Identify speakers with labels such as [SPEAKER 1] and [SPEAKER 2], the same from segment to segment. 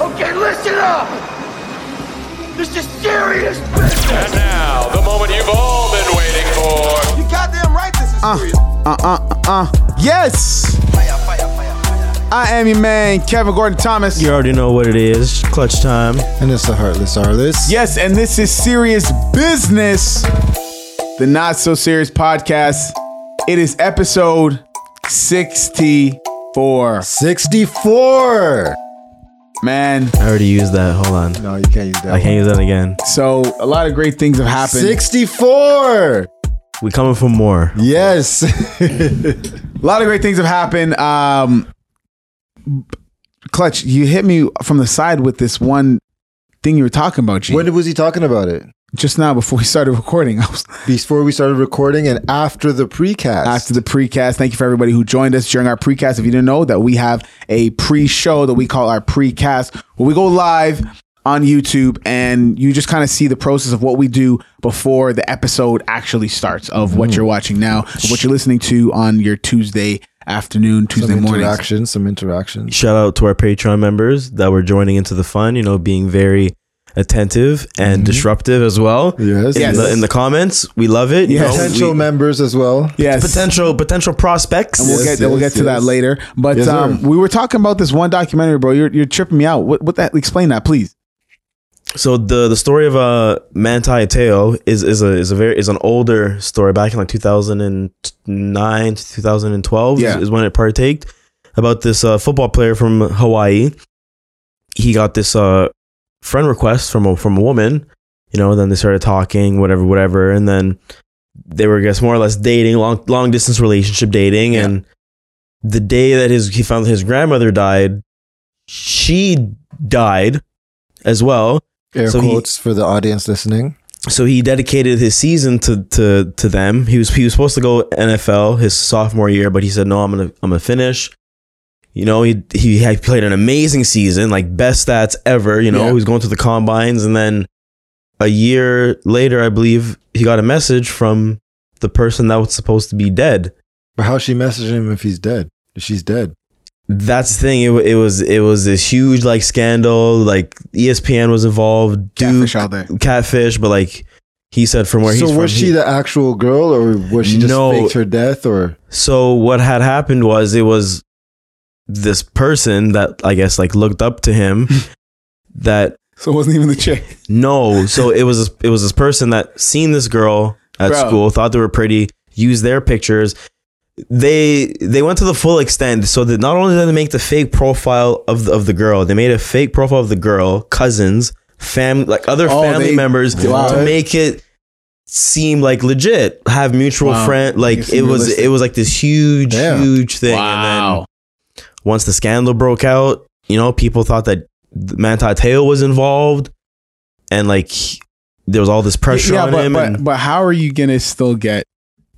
[SPEAKER 1] Hey, listen up! This is serious business!
[SPEAKER 2] And now, the moment you've all been waiting for.
[SPEAKER 3] You goddamn right this is serious.
[SPEAKER 4] Uh uh uh. uh. Yes!
[SPEAKER 3] Fire, fire, fire, fire.
[SPEAKER 4] I am your man, Kevin Gordon Thomas.
[SPEAKER 5] You already know what it is. Clutch time.
[SPEAKER 6] And it's a heartless artist.
[SPEAKER 4] Yes, and this is Serious Business, the Not So Serious podcast. It is episode 64.
[SPEAKER 6] 64.
[SPEAKER 4] Man,
[SPEAKER 5] I already used that. Hold on.
[SPEAKER 6] No, you can't use that.
[SPEAKER 5] I can't use that again.
[SPEAKER 4] so a lot of great things have happened.
[SPEAKER 6] 64.
[SPEAKER 5] We coming for more.
[SPEAKER 6] Yes.
[SPEAKER 4] A lot of great things have happened. Um, Clutch, you hit me from the side with this one thing you were talking about, G.
[SPEAKER 6] when was he talking about it?
[SPEAKER 4] just now before we started recording. I was
[SPEAKER 6] Before we started recording and after the precast.
[SPEAKER 4] after the precast. Thank you for everybody who joined us during our precast. If you didn't know that we have a pre-show that we call our precast, where we go live on YouTube and you just kind of see the process of what we do before the episode actually starts of what you're watching now, of what you're listening to on your Tuesday afternoon, Tuesday
[SPEAKER 6] some
[SPEAKER 4] morning.
[SPEAKER 6] interaction, some interaction.
[SPEAKER 5] Shout out to our Patreon members that were joining into the fun, you know, being very attentive and disruptive as well.
[SPEAKER 6] Yes.
[SPEAKER 5] In,
[SPEAKER 4] Mm-hmm. Yes.
[SPEAKER 5] The, in the comments. We love it. you
[SPEAKER 4] Yes.
[SPEAKER 5] know,
[SPEAKER 6] Potential
[SPEAKER 5] we-
[SPEAKER 6] members as well.
[SPEAKER 4] Yes.
[SPEAKER 5] potential potential prospects.
[SPEAKER 4] And we'll
[SPEAKER 6] Yes,
[SPEAKER 4] get we'll get
[SPEAKER 6] yes,
[SPEAKER 4] to that
[SPEAKER 6] yes.
[SPEAKER 4] later. But
[SPEAKER 6] Yes, sir.
[SPEAKER 4] um, we were talking about this one documentary, bro. You're, you're tripping me out. What what that? Explain that, please.
[SPEAKER 5] So the the story of uh Manti Teo is is a is a very is an older story back in like 2009 to 2012
[SPEAKER 4] Yeah.
[SPEAKER 5] is, is when it partaked about this uh, football player from Hawaii. He got this uh friend request from a from a woman, you know, then they started talking whatever whatever and then they were I guess more or less dating long long distance relationship dating and the day that his he found that his grandmother died, she died as well
[SPEAKER 6] Air
[SPEAKER 5] So he-
[SPEAKER 6] quotes for the audience listening.
[SPEAKER 5] so he dedicated his season to to to them. He was he was supposed to go NFL his sophomore year, but he said no, I'm gonna I'm gonna finish. You know, he he had played an amazing season, like best stats ever. You know,
[SPEAKER 4] Yeah.
[SPEAKER 5] he was going to the combines, and then a year later, I believe he got a message from the person that was supposed to be dead.
[SPEAKER 6] But how's she messaging him if he's dead? If she's dead.
[SPEAKER 5] That's the thing. It, wa- it was it was this huge like scandal. Like E ESPN was involved. Dude,
[SPEAKER 4] Catfish out there.
[SPEAKER 5] catfish, but like he said from where
[SPEAKER 6] so
[SPEAKER 5] he's
[SPEAKER 6] was
[SPEAKER 5] from,
[SPEAKER 6] she
[SPEAKER 5] he-
[SPEAKER 6] the actual girl or was she just
[SPEAKER 5] No.
[SPEAKER 6] faked her death or
[SPEAKER 5] So what had happened was it was this person that I guess like looked up to him that
[SPEAKER 4] So it wasn't even the chick.
[SPEAKER 5] no, so it was it was this person that seen this girl at
[SPEAKER 4] Bro.
[SPEAKER 5] school, thought they were pretty, used their pictures. They they went to the full extent so that not only did they make the fake profile of the, of the girl, they made a fake profile of the girl, cousins, family like other
[SPEAKER 4] Oh,
[SPEAKER 5] family
[SPEAKER 4] they-
[SPEAKER 5] members
[SPEAKER 4] Wow.
[SPEAKER 5] to make it seem like legit, have mutual
[SPEAKER 4] Wow.
[SPEAKER 5] friend like
[SPEAKER 4] It's
[SPEAKER 5] it was
[SPEAKER 4] realistic.
[SPEAKER 5] it was like this huge
[SPEAKER 6] Yeah.
[SPEAKER 5] huge thing and then once the scandal broke out, you know, people thought that Manti Te'o was involved, and like he- there was all this pressure
[SPEAKER 4] yeah,
[SPEAKER 5] on
[SPEAKER 4] but,
[SPEAKER 5] him.
[SPEAKER 4] but,
[SPEAKER 5] and
[SPEAKER 4] but how are you gonna still get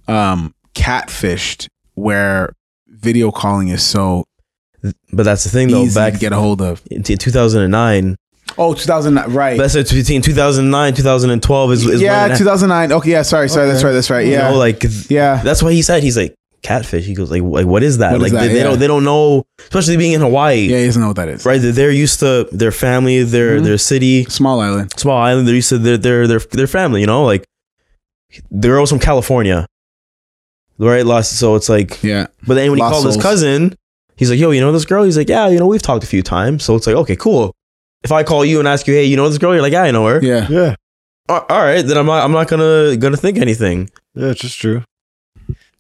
[SPEAKER 4] um catfished where video calling is so
[SPEAKER 5] but that's the thing, though.
[SPEAKER 4] easy
[SPEAKER 5] Back
[SPEAKER 4] to get a hold of?
[SPEAKER 5] in 2009,
[SPEAKER 4] Oh, 2009, right?
[SPEAKER 5] that's it. Between 2009, 2012 is, is
[SPEAKER 4] yeah,
[SPEAKER 5] when it
[SPEAKER 4] 2009. Okay, yeah, sorry, sorry, that's right, that's right.
[SPEAKER 5] happened, you
[SPEAKER 4] Yeah,
[SPEAKER 5] know, like th-
[SPEAKER 4] yeah,
[SPEAKER 5] that's why he said he's like catfish. He goes like, like what is that?
[SPEAKER 4] What is
[SPEAKER 5] like
[SPEAKER 4] that?
[SPEAKER 5] They, they
[SPEAKER 4] Yeah.
[SPEAKER 5] don't they don't know, especially being in Hawaii,
[SPEAKER 4] yeah. Mm-hmm. He doesn't know what that is.
[SPEAKER 5] right? They're, they're used to their family, their their city.
[SPEAKER 4] Small island.
[SPEAKER 5] small island. They're used to their their their, their family, you know, like the girl was from California. Right, lost. So it's like,
[SPEAKER 4] Yeah,
[SPEAKER 5] but then when he
[SPEAKER 4] Lost
[SPEAKER 5] called his
[SPEAKER 4] souls.
[SPEAKER 5] cousin, he's like, "Yo, you know this girl?" He's like, "Yeah, you know we've talked a few times." So it's like, okay, cool. If I call you and ask you, "Hey, you know this girl?" You're like, "Yeah, I know her."
[SPEAKER 4] yeah.
[SPEAKER 6] Yeah.
[SPEAKER 5] All- all right, then I'm not I'm not gonna gonna think anything
[SPEAKER 6] Yeah, it's just true.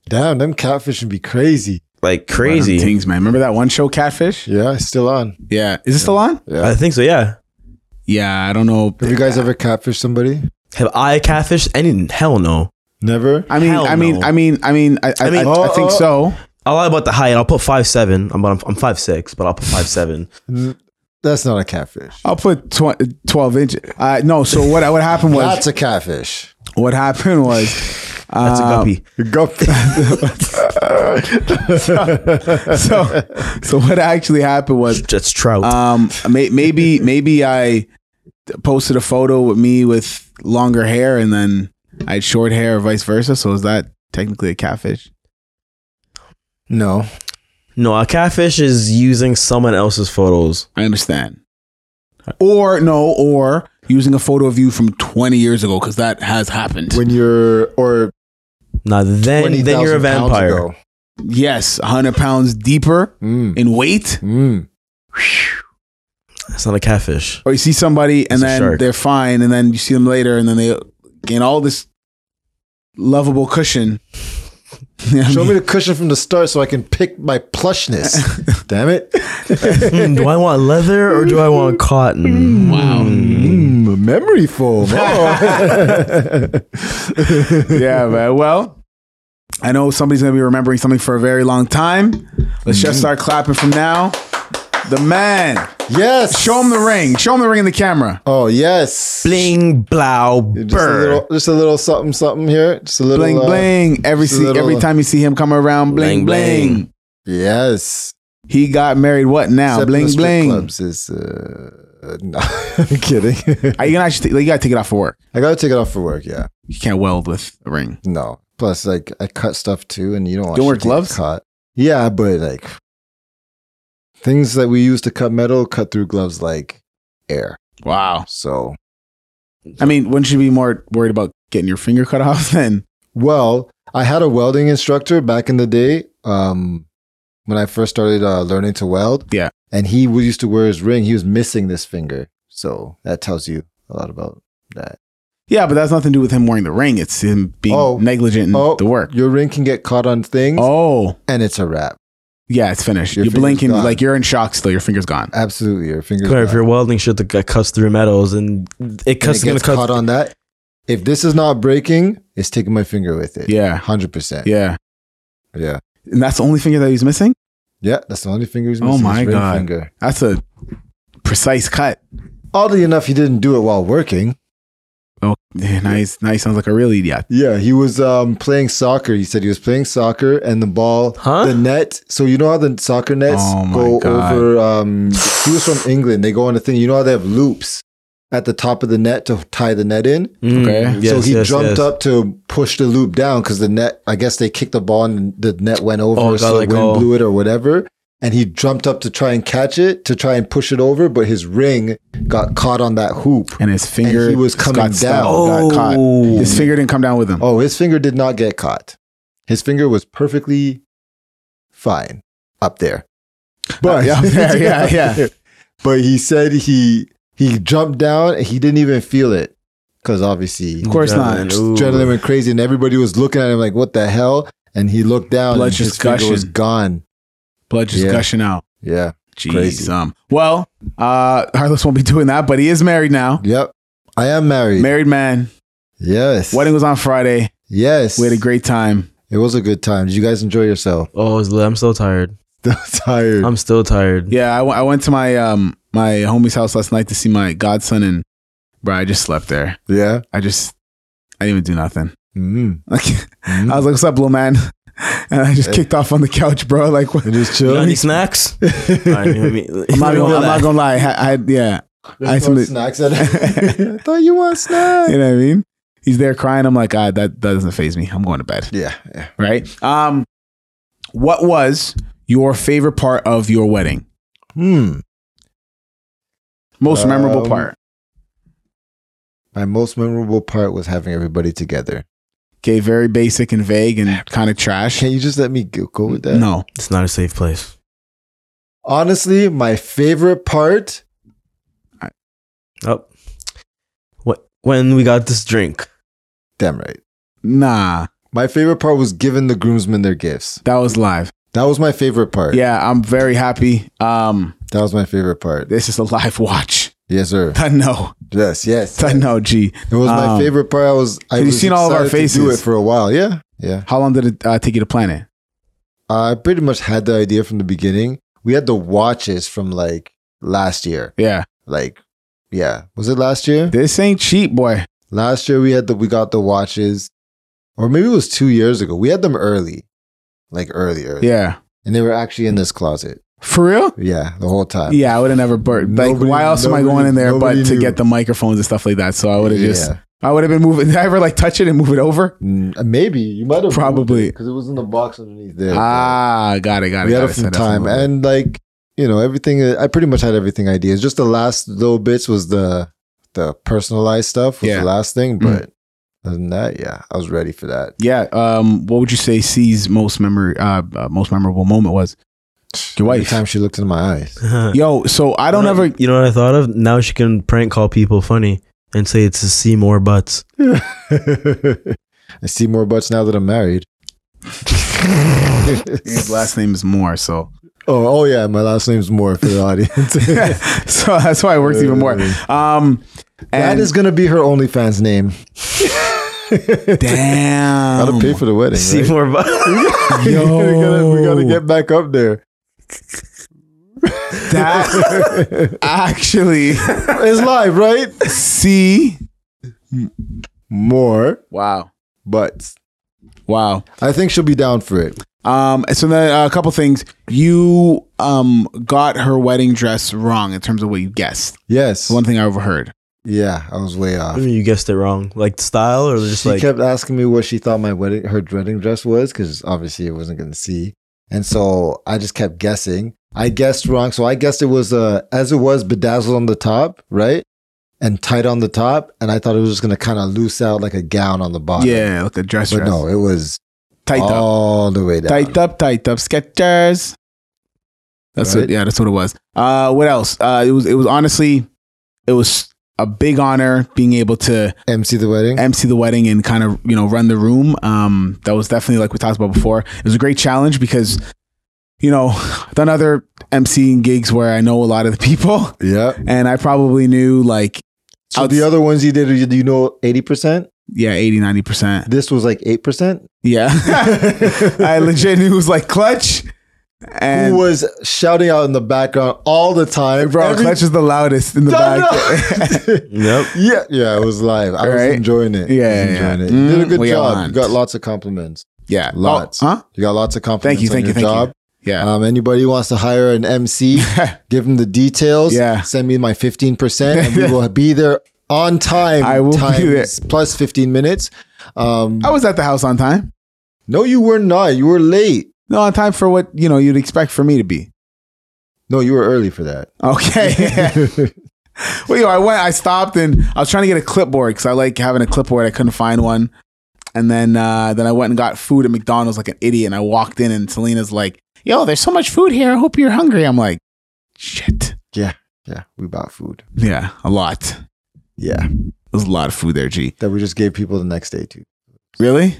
[SPEAKER 6] Damn, them catfishing be crazy.
[SPEAKER 5] like crazy.
[SPEAKER 4] things, man. Remember that one show, Catfish?
[SPEAKER 6] Yeah, it's still on.
[SPEAKER 4] Yeah, is it still on?
[SPEAKER 6] Yeah.
[SPEAKER 5] I think so. Yeah.
[SPEAKER 4] Yeah, I don't know.
[SPEAKER 6] Have you guys ever catfished somebody?
[SPEAKER 5] Have I catfished? Any hell no.
[SPEAKER 6] Never.
[SPEAKER 4] I mean,
[SPEAKER 5] Hell
[SPEAKER 4] I mean,
[SPEAKER 5] no.
[SPEAKER 4] I mean, I mean, I, I,
[SPEAKER 5] I mean-
[SPEAKER 4] I, I think
[SPEAKER 6] Oh, oh.
[SPEAKER 4] so.
[SPEAKER 5] I'll lie about the height. I'll put five seven. I'm I'm, I'm five six, but I'll put five seven.
[SPEAKER 6] N- That's not a catfish.
[SPEAKER 4] I'll put tw- 12 inches. Uh, no, so what what happened was
[SPEAKER 6] That's a catfish.
[SPEAKER 4] what happened was um,
[SPEAKER 5] That's a guppy.
[SPEAKER 4] so so what actually happened was
[SPEAKER 5] That's trout.
[SPEAKER 4] um may, maybe maybe I posted a photo with me with longer hair and then I had short hair or vice versa. So is that technically a catfish?
[SPEAKER 6] no.
[SPEAKER 5] No, a catfish is using someone else's photos.
[SPEAKER 4] I understand. or no, or using a photo of you from 20 years ago because that has happened.
[SPEAKER 6] when you're or
[SPEAKER 5] Now then,
[SPEAKER 6] 20,
[SPEAKER 5] then you're a vampire.
[SPEAKER 6] Ago.
[SPEAKER 4] yes, 100 pounds deeper
[SPEAKER 6] Mm.
[SPEAKER 4] in weight,
[SPEAKER 6] Mm.
[SPEAKER 5] It's not a catfish.
[SPEAKER 4] or you see somebody and
[SPEAKER 5] It's a
[SPEAKER 4] then
[SPEAKER 5] shark.
[SPEAKER 4] they're fine, and then you see them later, and then they gain all this lovable cushion. You know what I
[SPEAKER 6] Show
[SPEAKER 4] mean?
[SPEAKER 6] me the cushion from the start so I can pick my plushness. Damn it.
[SPEAKER 5] Hmm, do I want leather or do I want
[SPEAKER 6] Hmm.
[SPEAKER 5] cotton?
[SPEAKER 6] Mm, memory foam. Oh.
[SPEAKER 4] yeah, man. Well, I know somebody's gonna be remembering something for a very long time. Let's just start clapping from now. The man.
[SPEAKER 6] yes.
[SPEAKER 4] Show him the ring. Show him the ring in the camera.
[SPEAKER 6] Oh, yes.
[SPEAKER 5] Bling, blow,
[SPEAKER 6] Just a
[SPEAKER 5] burr.
[SPEAKER 6] little, just a little something, something here. Just a little
[SPEAKER 4] Bling
[SPEAKER 6] uh,
[SPEAKER 4] bling. Every
[SPEAKER 6] just a
[SPEAKER 4] see,
[SPEAKER 6] little- uh,
[SPEAKER 4] every time you see him come around, bling
[SPEAKER 5] Bling,
[SPEAKER 4] bling.
[SPEAKER 5] bling.
[SPEAKER 6] Yes.
[SPEAKER 4] He got married. What now?
[SPEAKER 6] Except in the
[SPEAKER 4] bling
[SPEAKER 6] strip
[SPEAKER 4] bling.
[SPEAKER 6] Clubs is, uh, no, I'm kidding.
[SPEAKER 4] Are Uh, you gonna actually? you gotta take it off for work.
[SPEAKER 6] I gotta take it off for work. Yeah.
[SPEAKER 4] You can't weld with a ring.
[SPEAKER 6] No. Plus, like I cut stuff too, and you don't want
[SPEAKER 4] Don't wear
[SPEAKER 6] shit to get
[SPEAKER 4] gloves?
[SPEAKER 6] Caught. Yeah, but like things that we use to cut metal cut through gloves like air.
[SPEAKER 4] Wow.
[SPEAKER 6] So
[SPEAKER 4] I mean, wouldn't you be more worried about getting your finger cut off then?
[SPEAKER 6] Well, I had a welding instructor back in the day um, when I first started uh, learning to weld.
[SPEAKER 4] Yeah.
[SPEAKER 6] And he w- used to wear his ring. He was missing this finger. So that tells you a lot about that.
[SPEAKER 4] Yeah, but that's nothing to do with him wearing the ring. It's him being
[SPEAKER 6] Oh.
[SPEAKER 4] negligent in
[SPEAKER 6] Oh,
[SPEAKER 4] Mm, the work.
[SPEAKER 6] Your ring can get caught on things
[SPEAKER 4] Oh,
[SPEAKER 6] and it's a wrap.
[SPEAKER 4] yeah, it's finished.
[SPEAKER 6] Your
[SPEAKER 4] you blink and
[SPEAKER 6] finger's gone.
[SPEAKER 4] like you're in shock still. Your finger's gone.
[SPEAKER 6] Absolutely. Your fingers.
[SPEAKER 5] Claire, if
[SPEAKER 6] gone.
[SPEAKER 5] you're welding shit that got cuts through metals and it
[SPEAKER 6] And
[SPEAKER 5] cuts,
[SPEAKER 6] it
[SPEAKER 5] gonna
[SPEAKER 6] gets
[SPEAKER 5] cut.
[SPEAKER 6] caught on that. If this is not breaking, it's taking my finger with it.
[SPEAKER 4] Yeah.
[SPEAKER 6] 100%.
[SPEAKER 4] Yeah.
[SPEAKER 6] Yeah.
[SPEAKER 4] And that's the only finger that he's missing?
[SPEAKER 6] Yeah. That's the only finger he's
[SPEAKER 4] Oh
[SPEAKER 6] missing.
[SPEAKER 4] my
[SPEAKER 6] his ring
[SPEAKER 4] God.
[SPEAKER 6] Finger.
[SPEAKER 4] That's a precise cut.
[SPEAKER 6] Oddly enough, he didn't do it while working.
[SPEAKER 4] Oh, yeah, now he's now he sounds like a real idiot.
[SPEAKER 6] Yeah, he was um, playing soccer. He said he was playing soccer, and the ball,
[SPEAKER 5] Huh?
[SPEAKER 6] the net. So you know how the soccer nets
[SPEAKER 4] Oh my
[SPEAKER 6] go
[SPEAKER 4] God.
[SPEAKER 6] over. Um, he was from England. They go on a thing. You know how they have loops at the top of the net to tie the net in.
[SPEAKER 5] Mm,
[SPEAKER 4] Okay.
[SPEAKER 5] yes,
[SPEAKER 6] so he
[SPEAKER 5] yes,
[SPEAKER 6] jumped
[SPEAKER 5] yes.
[SPEAKER 6] up to push the loop down because the net. I guess they kicked the ball and the net went over,
[SPEAKER 5] Oh, it got
[SPEAKER 6] so
[SPEAKER 5] let
[SPEAKER 6] wind
[SPEAKER 5] go.
[SPEAKER 6] blew it or whatever. And he jumped up to try and catch it to try and push it over, but his ring got caught on that hoop.
[SPEAKER 4] And his finger
[SPEAKER 6] he was
[SPEAKER 4] just
[SPEAKER 6] coming
[SPEAKER 4] got stabbed,
[SPEAKER 5] down.
[SPEAKER 4] got caught.
[SPEAKER 5] Oh.
[SPEAKER 4] His finger didn't come down with him.
[SPEAKER 6] Oh, his finger did not get caught. His finger was perfectly fine up there. But
[SPEAKER 4] yeah, yeah, yeah, yeah.
[SPEAKER 6] But he said he he jumped down and he didn't even feel it because obviously
[SPEAKER 4] Of course not.
[SPEAKER 5] Ooh.
[SPEAKER 6] adrenaline went crazy and everybody was looking at him like, "What the hell?" And he looked down
[SPEAKER 4] Blood
[SPEAKER 6] and his
[SPEAKER 4] just
[SPEAKER 6] finger was
[SPEAKER 4] gushing.
[SPEAKER 6] gone.
[SPEAKER 4] Blood just
[SPEAKER 6] Yeah.
[SPEAKER 4] gushing out.
[SPEAKER 6] Yeah.
[SPEAKER 4] Jeez.
[SPEAKER 6] Crazy.
[SPEAKER 4] Um, well, uh Harless won't be doing that, but he is married now.
[SPEAKER 6] Yep. I am married.
[SPEAKER 4] Married man.
[SPEAKER 6] yes.
[SPEAKER 4] Wedding was on Friday.
[SPEAKER 6] Yes.
[SPEAKER 4] We had a great time.
[SPEAKER 6] it was a good time. Did you guys enjoy yourself?
[SPEAKER 5] Oh, it's- I'm still tired.
[SPEAKER 6] Still tired.
[SPEAKER 5] I'm still tired.
[SPEAKER 4] Yeah, I went- I went to my um my homie's house last night to see my godson and bro, I just slept there.
[SPEAKER 6] yeah.
[SPEAKER 4] I just I didn't even do nothing.
[SPEAKER 6] Mm.
[SPEAKER 4] Like
[SPEAKER 6] Mhm.
[SPEAKER 4] I was like, "What's up, little man?" And I just kicked off on the couch, bro. Like, what?
[SPEAKER 6] And just
[SPEAKER 5] You got
[SPEAKER 6] chilling.
[SPEAKER 5] any snacks? All right, I mean-
[SPEAKER 4] I'm not gonna, I'm not gonna lie. I, I yeah,
[SPEAKER 6] There's
[SPEAKER 4] I
[SPEAKER 6] no
[SPEAKER 4] simply-
[SPEAKER 6] snacks. At I thought you want snacks.
[SPEAKER 4] you know what I mean. He's there crying. I'm like, ah, that that doesn't phase me. I'm going to bed.
[SPEAKER 6] Yeah, yeah.
[SPEAKER 4] Right. Um, what was your favorite part of your wedding?
[SPEAKER 6] Hmm.
[SPEAKER 4] Most memorable
[SPEAKER 6] Um,
[SPEAKER 4] part.
[SPEAKER 6] My most memorable part was having everybody together.
[SPEAKER 4] Okay, very basic and vague and kind of trash.
[SPEAKER 6] Can you just let me go go with that?
[SPEAKER 4] No.
[SPEAKER 5] It's not a safe place.
[SPEAKER 6] Honestly, my favorite part.
[SPEAKER 5] Oh. What? When we got this drink.
[SPEAKER 6] Damn right.
[SPEAKER 4] Nah,
[SPEAKER 6] My favorite part was giving the groomsmen their gifts.
[SPEAKER 4] that was live.
[SPEAKER 6] That was my favorite part.
[SPEAKER 4] Yeah, I'm very happy. Um,
[SPEAKER 6] That was my favorite part.
[SPEAKER 4] this is a live watch.
[SPEAKER 6] Yes, sir.
[SPEAKER 4] I know.
[SPEAKER 6] Yes, yes.
[SPEAKER 4] I know. Gee,
[SPEAKER 6] It was my
[SPEAKER 4] Um,
[SPEAKER 6] favorite part. I was. I
[SPEAKER 4] have you
[SPEAKER 6] was
[SPEAKER 4] seen all of our
[SPEAKER 6] excited to Do it
[SPEAKER 4] faces?
[SPEAKER 6] for a while. Yeah, yeah.
[SPEAKER 4] How long did it uh, take you to plan it?
[SPEAKER 6] I pretty much had the idea from the beginning. We had the watches from like last year.
[SPEAKER 4] Yeah,
[SPEAKER 6] Like, yeah. Was it last year?
[SPEAKER 4] this ain't cheap, boy.
[SPEAKER 6] Last year we had the we got the watches, or maybe it was two years ago. We had them early, like early, early.
[SPEAKER 4] Yeah,
[SPEAKER 6] and they were actually in this closet.
[SPEAKER 4] for real.
[SPEAKER 6] Yeah, the whole time.
[SPEAKER 4] Yeah, I would have never burnt. Like,
[SPEAKER 6] Nobody-
[SPEAKER 4] why else am I
[SPEAKER 6] nobody-
[SPEAKER 4] going in there but
[SPEAKER 6] nobody
[SPEAKER 4] to
[SPEAKER 6] knew.
[SPEAKER 4] get the microphones and stuff like that? So I would have just,
[SPEAKER 6] Yeah.
[SPEAKER 4] I would have been moving. Did I ever like touch it and move it over?
[SPEAKER 6] Mm, maybe you might have
[SPEAKER 4] Probably.
[SPEAKER 6] because it was in the box underneath there.
[SPEAKER 4] Ah, got it, got it.
[SPEAKER 6] we had
[SPEAKER 4] got
[SPEAKER 6] it
[SPEAKER 4] it.
[SPEAKER 6] from
[SPEAKER 4] So that's
[SPEAKER 6] time,
[SPEAKER 4] moving.
[SPEAKER 6] and like you know, everything. I pretty much had everything ideas. Just the last little bits was the the personalized stuff was
[SPEAKER 4] Yeah.
[SPEAKER 6] the last thing. But other than that, yeah, I was ready for that.
[SPEAKER 4] Yeah. Um, what would you say C's most memory, uh, uh, most memorable moment was? Your
[SPEAKER 6] Every
[SPEAKER 4] wife.
[SPEAKER 6] time she looked in my eyes.
[SPEAKER 4] Yo, so I don't ever.
[SPEAKER 5] You know what I thought of? Now she can prank call people funny and say it's to see more butts.
[SPEAKER 6] I see more butts now that I'm married.
[SPEAKER 4] His last name is Moore, so
[SPEAKER 6] oh, oh yeah, my last name's Moore for the audience.
[SPEAKER 4] so that's why it works even more. Um, and
[SPEAKER 6] that is gonna be her OnlyFans name.
[SPEAKER 4] damn.
[SPEAKER 6] Gotta pay for the wedding.
[SPEAKER 5] See
[SPEAKER 6] right?
[SPEAKER 5] more butts.
[SPEAKER 6] we, gotta, we gotta get back up there.
[SPEAKER 4] that actually
[SPEAKER 6] It's live, right?
[SPEAKER 4] C.
[SPEAKER 6] More
[SPEAKER 4] Wow.
[SPEAKER 6] butts.
[SPEAKER 4] Wow.
[SPEAKER 6] I think she'll be down for it.
[SPEAKER 4] Um, so then uh, a couple things. You um got her wedding dress wrong in terms of what you guessed.
[SPEAKER 6] Yes.
[SPEAKER 4] One thing I overheard.
[SPEAKER 6] Yeah, I was way off.
[SPEAKER 5] you guessed it wrong. Like style or just
[SPEAKER 6] she
[SPEAKER 5] like
[SPEAKER 6] kept asking me what she thought my wedding her wedding dress was because obviously I wasn't gonna see, and so I just kept guessing. I guessed wrong, so I guessed it was uh, as it was bedazzled on the top, right, and tight on the top, and I thought it was just gonna kind of loose out like a gown on the bottom.
[SPEAKER 4] Yeah, like a dress.
[SPEAKER 6] but
[SPEAKER 4] dress.
[SPEAKER 6] no, it was
[SPEAKER 4] tight up,
[SPEAKER 6] all the way down.
[SPEAKER 4] tight up, tight up. Sketchers. That's
[SPEAKER 6] Right.
[SPEAKER 4] what. Yeah, that's what it was. Uh, what else? Uh, it was. It was honestly, it was a big honor being able to
[SPEAKER 6] MC the wedding.
[SPEAKER 4] MC the wedding and kind of you know run the room. Um, that was definitely like we talked about before. It was a great challenge because you know I've done other MCing gigs where I know a lot of the people
[SPEAKER 6] yeah.
[SPEAKER 4] and I probably knew like
[SPEAKER 6] So
[SPEAKER 4] Outs-
[SPEAKER 6] the other ones you did, you- do you know eighty percent?
[SPEAKER 4] yeah 80 90 percent
[SPEAKER 6] This was like eight percent.
[SPEAKER 4] yeah I legit knew it was like clutch and
[SPEAKER 6] Who was shouting out in the background all the time?
[SPEAKER 4] bro
[SPEAKER 6] Every-
[SPEAKER 4] clutch is the loudest in the
[SPEAKER 6] No,
[SPEAKER 4] back
[SPEAKER 6] no.
[SPEAKER 5] Yep.
[SPEAKER 6] Yeah, yeah, it was live. I
[SPEAKER 4] Right?
[SPEAKER 6] was enjoying
[SPEAKER 4] Yeah,
[SPEAKER 6] it. I was
[SPEAKER 4] yeah, yeah.
[SPEAKER 6] enjoying it. You did a
[SPEAKER 4] Mm,
[SPEAKER 6] good
[SPEAKER 4] we
[SPEAKER 6] job.
[SPEAKER 4] aren't.
[SPEAKER 6] You got lots of compliments.
[SPEAKER 4] yeah Oh,
[SPEAKER 6] Lots.
[SPEAKER 4] huh Uh,
[SPEAKER 6] You got lots of
[SPEAKER 4] thank
[SPEAKER 6] compliments.
[SPEAKER 4] you thank
[SPEAKER 6] on
[SPEAKER 4] you
[SPEAKER 6] your
[SPEAKER 4] thank
[SPEAKER 6] job.
[SPEAKER 4] you yeah
[SPEAKER 6] Um, anybody who wants to hire an MC, give them the details.
[SPEAKER 4] Yeah.
[SPEAKER 6] send me my fifteen percent, and we will be there on time.
[SPEAKER 4] I will be
[SPEAKER 6] times
[SPEAKER 4] there.
[SPEAKER 6] plus fifteen minutes. Um,
[SPEAKER 4] I was at the house on time
[SPEAKER 6] no, you were not. You were late.
[SPEAKER 4] no on time for what you know you'd expect for me to be
[SPEAKER 6] No, you were early for that.
[SPEAKER 4] okay Well, yo, I went, I stopped, and I was trying to get a clipboard because I like having a clipboard. I couldn't find one, and then uh, then I went and got food at McDonald's like an idiot. And I walked in, and Selena's like, "Yo, there's so much food here. I hope you're hungry." I'm like, "Shit,
[SPEAKER 6] yeah, yeah, we bought food.
[SPEAKER 4] yeah, a lot.
[SPEAKER 6] Yeah,
[SPEAKER 4] There's a lot of food there, G.
[SPEAKER 6] that we just gave people the next day too.
[SPEAKER 4] Really?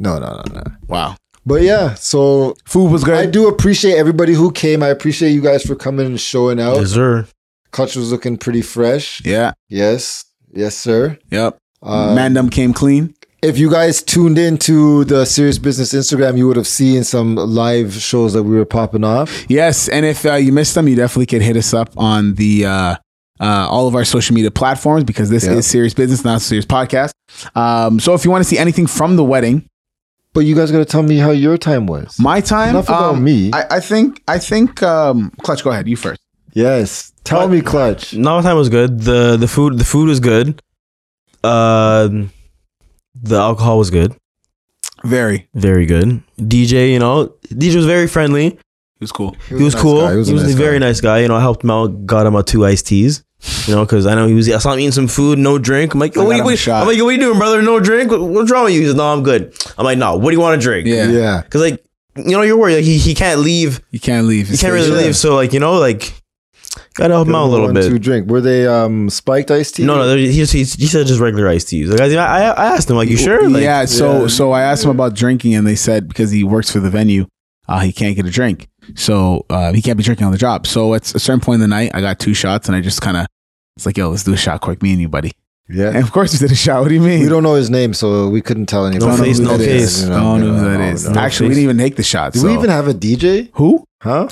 [SPEAKER 6] No, no, no, no.
[SPEAKER 4] Wow,
[SPEAKER 6] But yeah, so
[SPEAKER 4] food was
[SPEAKER 6] I
[SPEAKER 4] good.
[SPEAKER 6] do appreciate everybody who came. I appreciate you guys for coming and showing out.
[SPEAKER 5] Yes, sir.
[SPEAKER 6] Clutch was looking pretty fresh.
[SPEAKER 4] yeah,
[SPEAKER 6] Yes. Yes, sir.
[SPEAKER 4] yep.
[SPEAKER 6] Uh,
[SPEAKER 4] Mandem came clean.
[SPEAKER 6] if you guys tuned into the Serious Business Instagram, you would have seen some live shows that we were popping off.
[SPEAKER 4] Yes, and if uh, you missed them, you definitely could hit us up on the uh, uh, all of our social media platforms because this
[SPEAKER 6] Yeah.
[SPEAKER 4] is serious business, not a serious podcast. Um, so if you want to see anything from the wedding,
[SPEAKER 6] But you guys got to tell me how your time was.
[SPEAKER 4] my time,
[SPEAKER 6] Enough about
[SPEAKER 4] um,
[SPEAKER 6] me.
[SPEAKER 4] I, I think, I think, um, Clutch, go ahead, you first.
[SPEAKER 6] yes. Tell me, Clutch.
[SPEAKER 5] No, time was good. the The food, the food was good. Um, the alcohol was good,
[SPEAKER 4] Very,
[SPEAKER 5] very good. DJ, you know, DJ was very friendly.
[SPEAKER 4] it was cool.
[SPEAKER 5] He was,
[SPEAKER 6] a nice
[SPEAKER 5] cool.
[SPEAKER 6] guy.
[SPEAKER 5] He was, a,
[SPEAKER 6] nice
[SPEAKER 5] very
[SPEAKER 6] guy.
[SPEAKER 5] nice guy. You know, I helped him out, got him out two iced teas. You know, because I know he was. I saw him eating some food, no drink. I'm like,
[SPEAKER 4] I
[SPEAKER 5] yo, what
[SPEAKER 4] got him
[SPEAKER 5] are you,
[SPEAKER 4] a
[SPEAKER 5] what are you-
[SPEAKER 4] shot.
[SPEAKER 5] I'm like, yo, what are you doing, brother? No drink. What, what's wrong with you? He says, no, I'm good. I'm like, no. What do you want to drink?
[SPEAKER 4] Yeah,
[SPEAKER 6] Yeah.
[SPEAKER 5] Because like, you know, you're worried. Like, he he can't leave.
[SPEAKER 4] you can't leave.
[SPEAKER 5] He can't really
[SPEAKER 6] Yeah.
[SPEAKER 5] leave. So like, you know, like, gotta help him out a little
[SPEAKER 6] One,
[SPEAKER 5] bit.
[SPEAKER 6] Two drink. Were they um, spiked iced tea?
[SPEAKER 5] No, no, he, he, he said just regular iced teas. Like I, I, I asked him, like, you sure? Like,
[SPEAKER 4] yeah. So, so I asked him about drinking, and they said because he works for the venue, uh, he can't get a drink, so uh, he can't be drinking on the job. So at a certain point in the night, I got two shots, and I just kind of. It's like, yo, let's do a shot quick, me and you, buddy.
[SPEAKER 6] Yeah.
[SPEAKER 4] And of course, he did a shot. What do you mean?
[SPEAKER 6] We don't know his name, so we couldn't tell anybody.
[SPEAKER 5] face,
[SPEAKER 6] who
[SPEAKER 5] no
[SPEAKER 6] that is,
[SPEAKER 5] case.
[SPEAKER 6] you know?
[SPEAKER 4] don't know
[SPEAKER 6] No,
[SPEAKER 4] who that
[SPEAKER 6] no,
[SPEAKER 4] is.
[SPEAKER 6] no.
[SPEAKER 4] Actually, we didn't even take the shot.
[SPEAKER 6] Do
[SPEAKER 4] so-
[SPEAKER 6] we even have a DJ?
[SPEAKER 4] who?
[SPEAKER 6] Huh?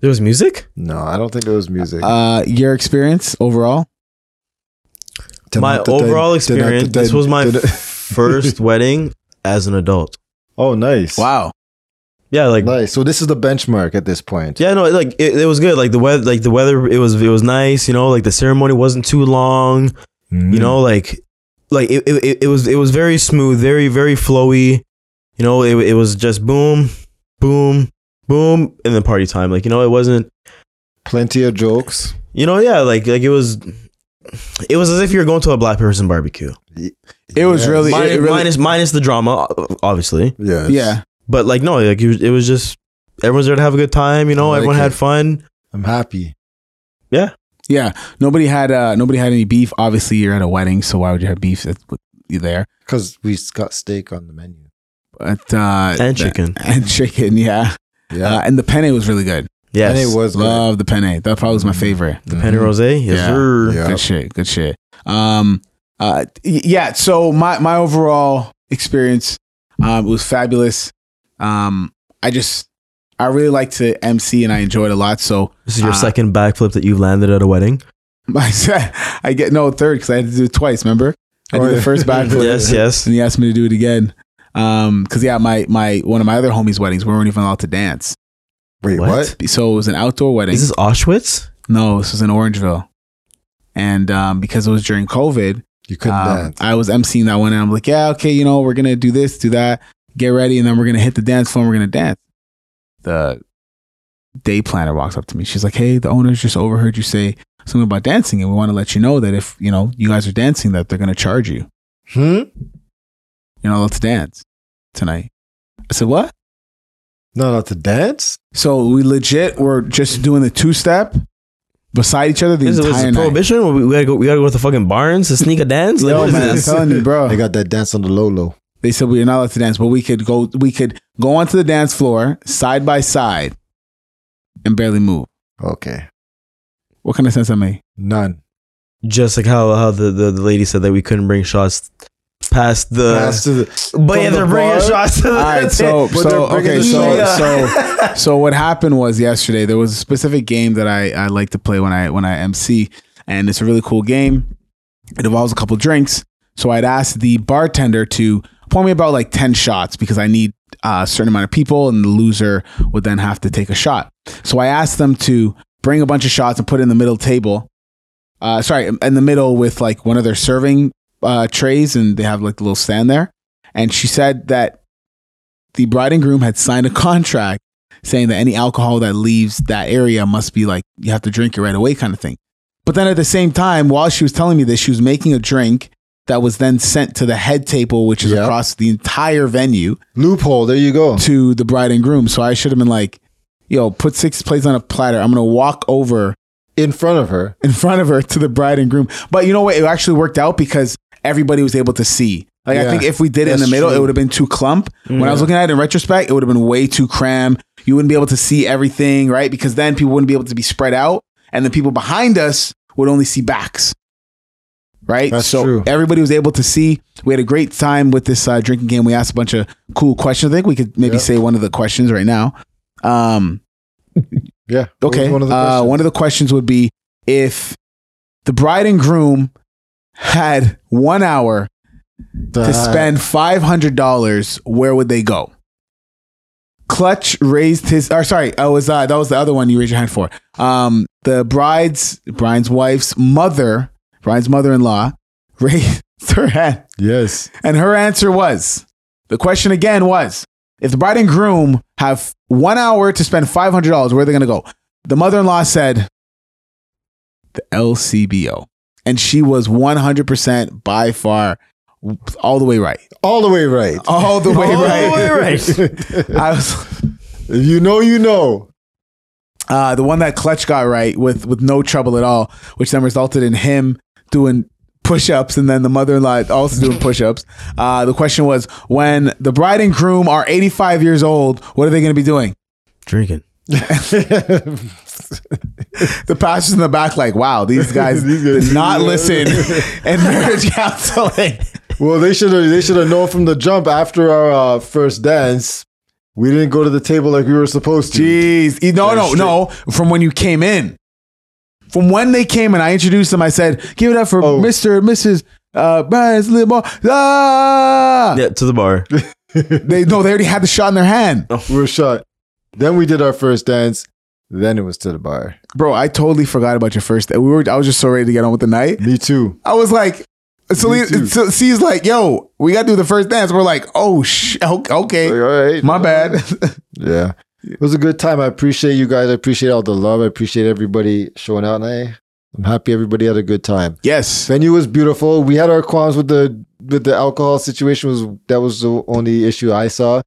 [SPEAKER 5] There was music.
[SPEAKER 6] No, I don't think it was music.
[SPEAKER 4] Uh, your experience overall?
[SPEAKER 5] My overall experience. This was my first wedding as an adult.
[SPEAKER 6] Oh, nice.
[SPEAKER 4] Wow.
[SPEAKER 5] Yeah, like
[SPEAKER 6] Nice. So this is the benchmark at this point.
[SPEAKER 5] yeah, no, like it, it was good. Like the weather, like the weather, it was it was nice. You know, like the ceremony wasn't too long.
[SPEAKER 6] Mm.
[SPEAKER 5] You know, like like it, it, it- it was it was very smooth, very very flowy. You know, it it was just boom, boom, boom, and then party time. Like you know, it wasn't
[SPEAKER 6] Plenty of jokes.
[SPEAKER 5] You know, yeah, like like it was, it was as if you're going to a black person barbecue.
[SPEAKER 4] It was
[SPEAKER 6] Yes.
[SPEAKER 4] really,
[SPEAKER 5] Min-
[SPEAKER 4] it really
[SPEAKER 5] minus minus the drama, o- obviously.
[SPEAKER 6] Yes.
[SPEAKER 4] yeah.
[SPEAKER 5] But like no, like it was, it was just everyone's there to have a good time. You know,
[SPEAKER 6] I like
[SPEAKER 5] everyone had
[SPEAKER 6] it.
[SPEAKER 5] fun.
[SPEAKER 6] I'm happy.
[SPEAKER 4] Yeah, nobody had uh nobody had any beef. Obviously, you're at a wedding, so why would you have beef that's with you there?
[SPEAKER 6] Because we got steak on the menu.
[SPEAKER 4] But uh
[SPEAKER 5] And
[SPEAKER 4] the-
[SPEAKER 5] chicken.
[SPEAKER 4] and chicken, yeah.
[SPEAKER 6] Yeah.
[SPEAKER 4] Uh, and the penne was really good.
[SPEAKER 5] Yes,
[SPEAKER 6] And it was good. Mm-hmm.
[SPEAKER 4] Love the penne. That probably was my favorite.
[SPEAKER 5] the Penny Rose. Yes,
[SPEAKER 4] Yeah.
[SPEAKER 5] sir.
[SPEAKER 6] Yeah.
[SPEAKER 4] Good shit. Good shit. Um. Uh. y- Yeah. So my my overall experience um was fabulous. Um. I just I really like to MC and I enjoyed it a lot. So
[SPEAKER 5] This is your
[SPEAKER 4] Uh,
[SPEAKER 5] second backflip that you've landed at a wedding.
[SPEAKER 4] I I get no third because I had to do it twice. Remember? I
[SPEAKER 6] Oh,
[SPEAKER 4] did
[SPEAKER 6] yeah.
[SPEAKER 4] the first back.
[SPEAKER 5] yes, yes.
[SPEAKER 4] and he asked me to do it again. Um, cause yeah, my my one of my other homies' weddings, we weren't even allowed to dance.
[SPEAKER 6] Wait,
[SPEAKER 5] What?
[SPEAKER 6] what?
[SPEAKER 4] So it was an outdoor wedding.
[SPEAKER 5] Is this Auschwitz?
[SPEAKER 4] no, this was in Orangeville, and um, because it was during COVID,
[SPEAKER 6] You couldn't
[SPEAKER 4] um,
[SPEAKER 6] dance.
[SPEAKER 4] I was emceeing that one, and I'm like, yeah, okay, you know, we're gonna do this, do that, get ready, and then we're gonna hit the dance floor, and we're gonna dance. The day planner walks up to me. She's like, hey, the owners just overheard you say something about dancing, and we want to let you know that if you know you guys are dancing, that they're gonna charge you.
[SPEAKER 6] Hmm?
[SPEAKER 4] You're not allowed to dance tonight. I said, what?
[SPEAKER 6] Not allowed to dance?
[SPEAKER 4] So we legit were just doing the two step beside each other the
[SPEAKER 5] Is it was
[SPEAKER 4] entire
[SPEAKER 5] it
[SPEAKER 4] night.
[SPEAKER 5] prohibition? We, we gotta go. We gotta go to fucking Barnes to sneak a dance. Like,
[SPEAKER 4] Yo,
[SPEAKER 5] what is
[SPEAKER 4] man, I'm
[SPEAKER 5] this?
[SPEAKER 4] telling you, bro.
[SPEAKER 6] They got that dance on the low low.
[SPEAKER 4] They said we are not allowed to dance, but we could go. We could go onto the dance floor side by side and barely move.
[SPEAKER 6] Okay.
[SPEAKER 4] What kind of sense that make?
[SPEAKER 6] None.
[SPEAKER 5] Just like how how the, the, the lady said that we couldn't bring shots past the.
[SPEAKER 6] Pass to the-
[SPEAKER 5] but
[SPEAKER 6] from
[SPEAKER 5] yeah, they're
[SPEAKER 6] the
[SPEAKER 5] bringing
[SPEAKER 6] bar?
[SPEAKER 5] shots to the.
[SPEAKER 4] All right, so
[SPEAKER 6] But
[SPEAKER 4] so
[SPEAKER 6] they're bringing
[SPEAKER 4] okay,
[SPEAKER 6] the
[SPEAKER 4] so
[SPEAKER 6] shit.
[SPEAKER 4] so so what happened was yesterday there was a specific game that I I like to play when I when I MC, and it's a really cool game. It involves a couple drinks, so I'd asked the bartender to pour me about like ten shots because I need uh, a certain amount of people, and the loser would then have to take a shot. So I asked them to bring a bunch of shots and put it in the middle table. Uh, sorry, in the middle with like one of their serving uh, trays, and they have like the little stand there. And she said that the bride and groom had signed a contract saying that any alcohol that leaves that area must be like you have to drink it right away kind of thing. But then at the same time, while she was telling me this, she was making a drink that was then sent to the head table, which is
[SPEAKER 6] Yeah.
[SPEAKER 4] across the entire venue
[SPEAKER 6] Loophole. There you go.
[SPEAKER 4] to the bride and groom. So I should have been like, yo, put six plates on a platter. I'm gonna walk over
[SPEAKER 6] In front of her.
[SPEAKER 4] in front of her to the bride and groom. But you know what? It actually worked out because everybody was able to see. Like I
[SPEAKER 6] Yeah,
[SPEAKER 4] think if we did it in the
[SPEAKER 6] that's
[SPEAKER 4] middle, it
[SPEAKER 6] true.
[SPEAKER 4] would have been too clump. When I was looking at it in retrospect, it would have been way too crammed. You wouldn't be able to see everything, right? Because then people wouldn't be able to be spread out, and the people behind us would only see backs. Right?
[SPEAKER 6] That's
[SPEAKER 4] so
[SPEAKER 6] true.
[SPEAKER 4] everybody was able to see. We had a great time with this uh, drinking game. We asked a bunch of cool questions. I think we could maybe
[SPEAKER 6] Yeah.
[SPEAKER 4] say one of the questions right now. Um,
[SPEAKER 6] Yeah. What was
[SPEAKER 4] Okay.
[SPEAKER 6] One of the
[SPEAKER 4] uh,
[SPEAKER 6] questions?
[SPEAKER 4] one of the questions would be if the bride and groom had one hour to
[SPEAKER 6] That-
[SPEAKER 4] spend five hundred dollars, where would they go? Clutch raised his. Or sorry, I was uh, that was the other one you raised your hand for. Um, the bride's Brian's wife's mother, Brian's mother-in-law, raised her hand,
[SPEAKER 6] Yes.
[SPEAKER 4] and her answer was the question again was if the bride and groom have one hour to spend five hundred dollars, where are they going to go? The mother-in-law said the LCBO, and she was one hundred percent by far. All the way right
[SPEAKER 6] All the way right.
[SPEAKER 4] all the way right.
[SPEAKER 6] right.
[SPEAKER 4] I was
[SPEAKER 6] you know, you know.
[SPEAKER 4] uh, the one that Clutch got right with with no trouble at all, which then resulted in him doing push ups and then the mother in law also doing push ups. Uh, the question was when the bride and groom are 85 years old, what are they going to be doing?
[SPEAKER 5] drinking.
[SPEAKER 4] The pastors in the back, like, wow, these guys
[SPEAKER 6] These guys-
[SPEAKER 4] did not listen in marriage counseling.
[SPEAKER 6] Well, they should have. They should have known from the jump after our uh, first dance. We didn't go to the table like we were supposed to.
[SPEAKER 4] Jeez. E- No, no, no. From when you came in. From when they came and I introduced them, I said, give it up for
[SPEAKER 6] Oh.
[SPEAKER 4] Mr. and Mrs. Uh, Brian Limo. Ah!
[SPEAKER 5] Yeah, to the bar.
[SPEAKER 4] They no, they already had the shot in their hand.
[SPEAKER 6] We were shot. Then we did our first dance. Then it was to the bar.
[SPEAKER 4] Bro, I totally forgot about your first day. We were I was just so ready to get on with the night.
[SPEAKER 6] Me too.
[SPEAKER 4] I was like,
[SPEAKER 6] too.
[SPEAKER 4] Celine, so she's like, yo, we gotta do the first dance. We're like, oh sh- o- okay.
[SPEAKER 6] Like, all right.
[SPEAKER 4] My bad.
[SPEAKER 6] Yeah. It was a good time. I appreciate you guys. I appreciate all the love. I appreciate everybody showing out. And I, I'm happy everybody had a good time.
[SPEAKER 4] Yes.
[SPEAKER 6] Venue was beautiful. We had our qualms with the with the alcohol situation. Was that was the only issue I saw?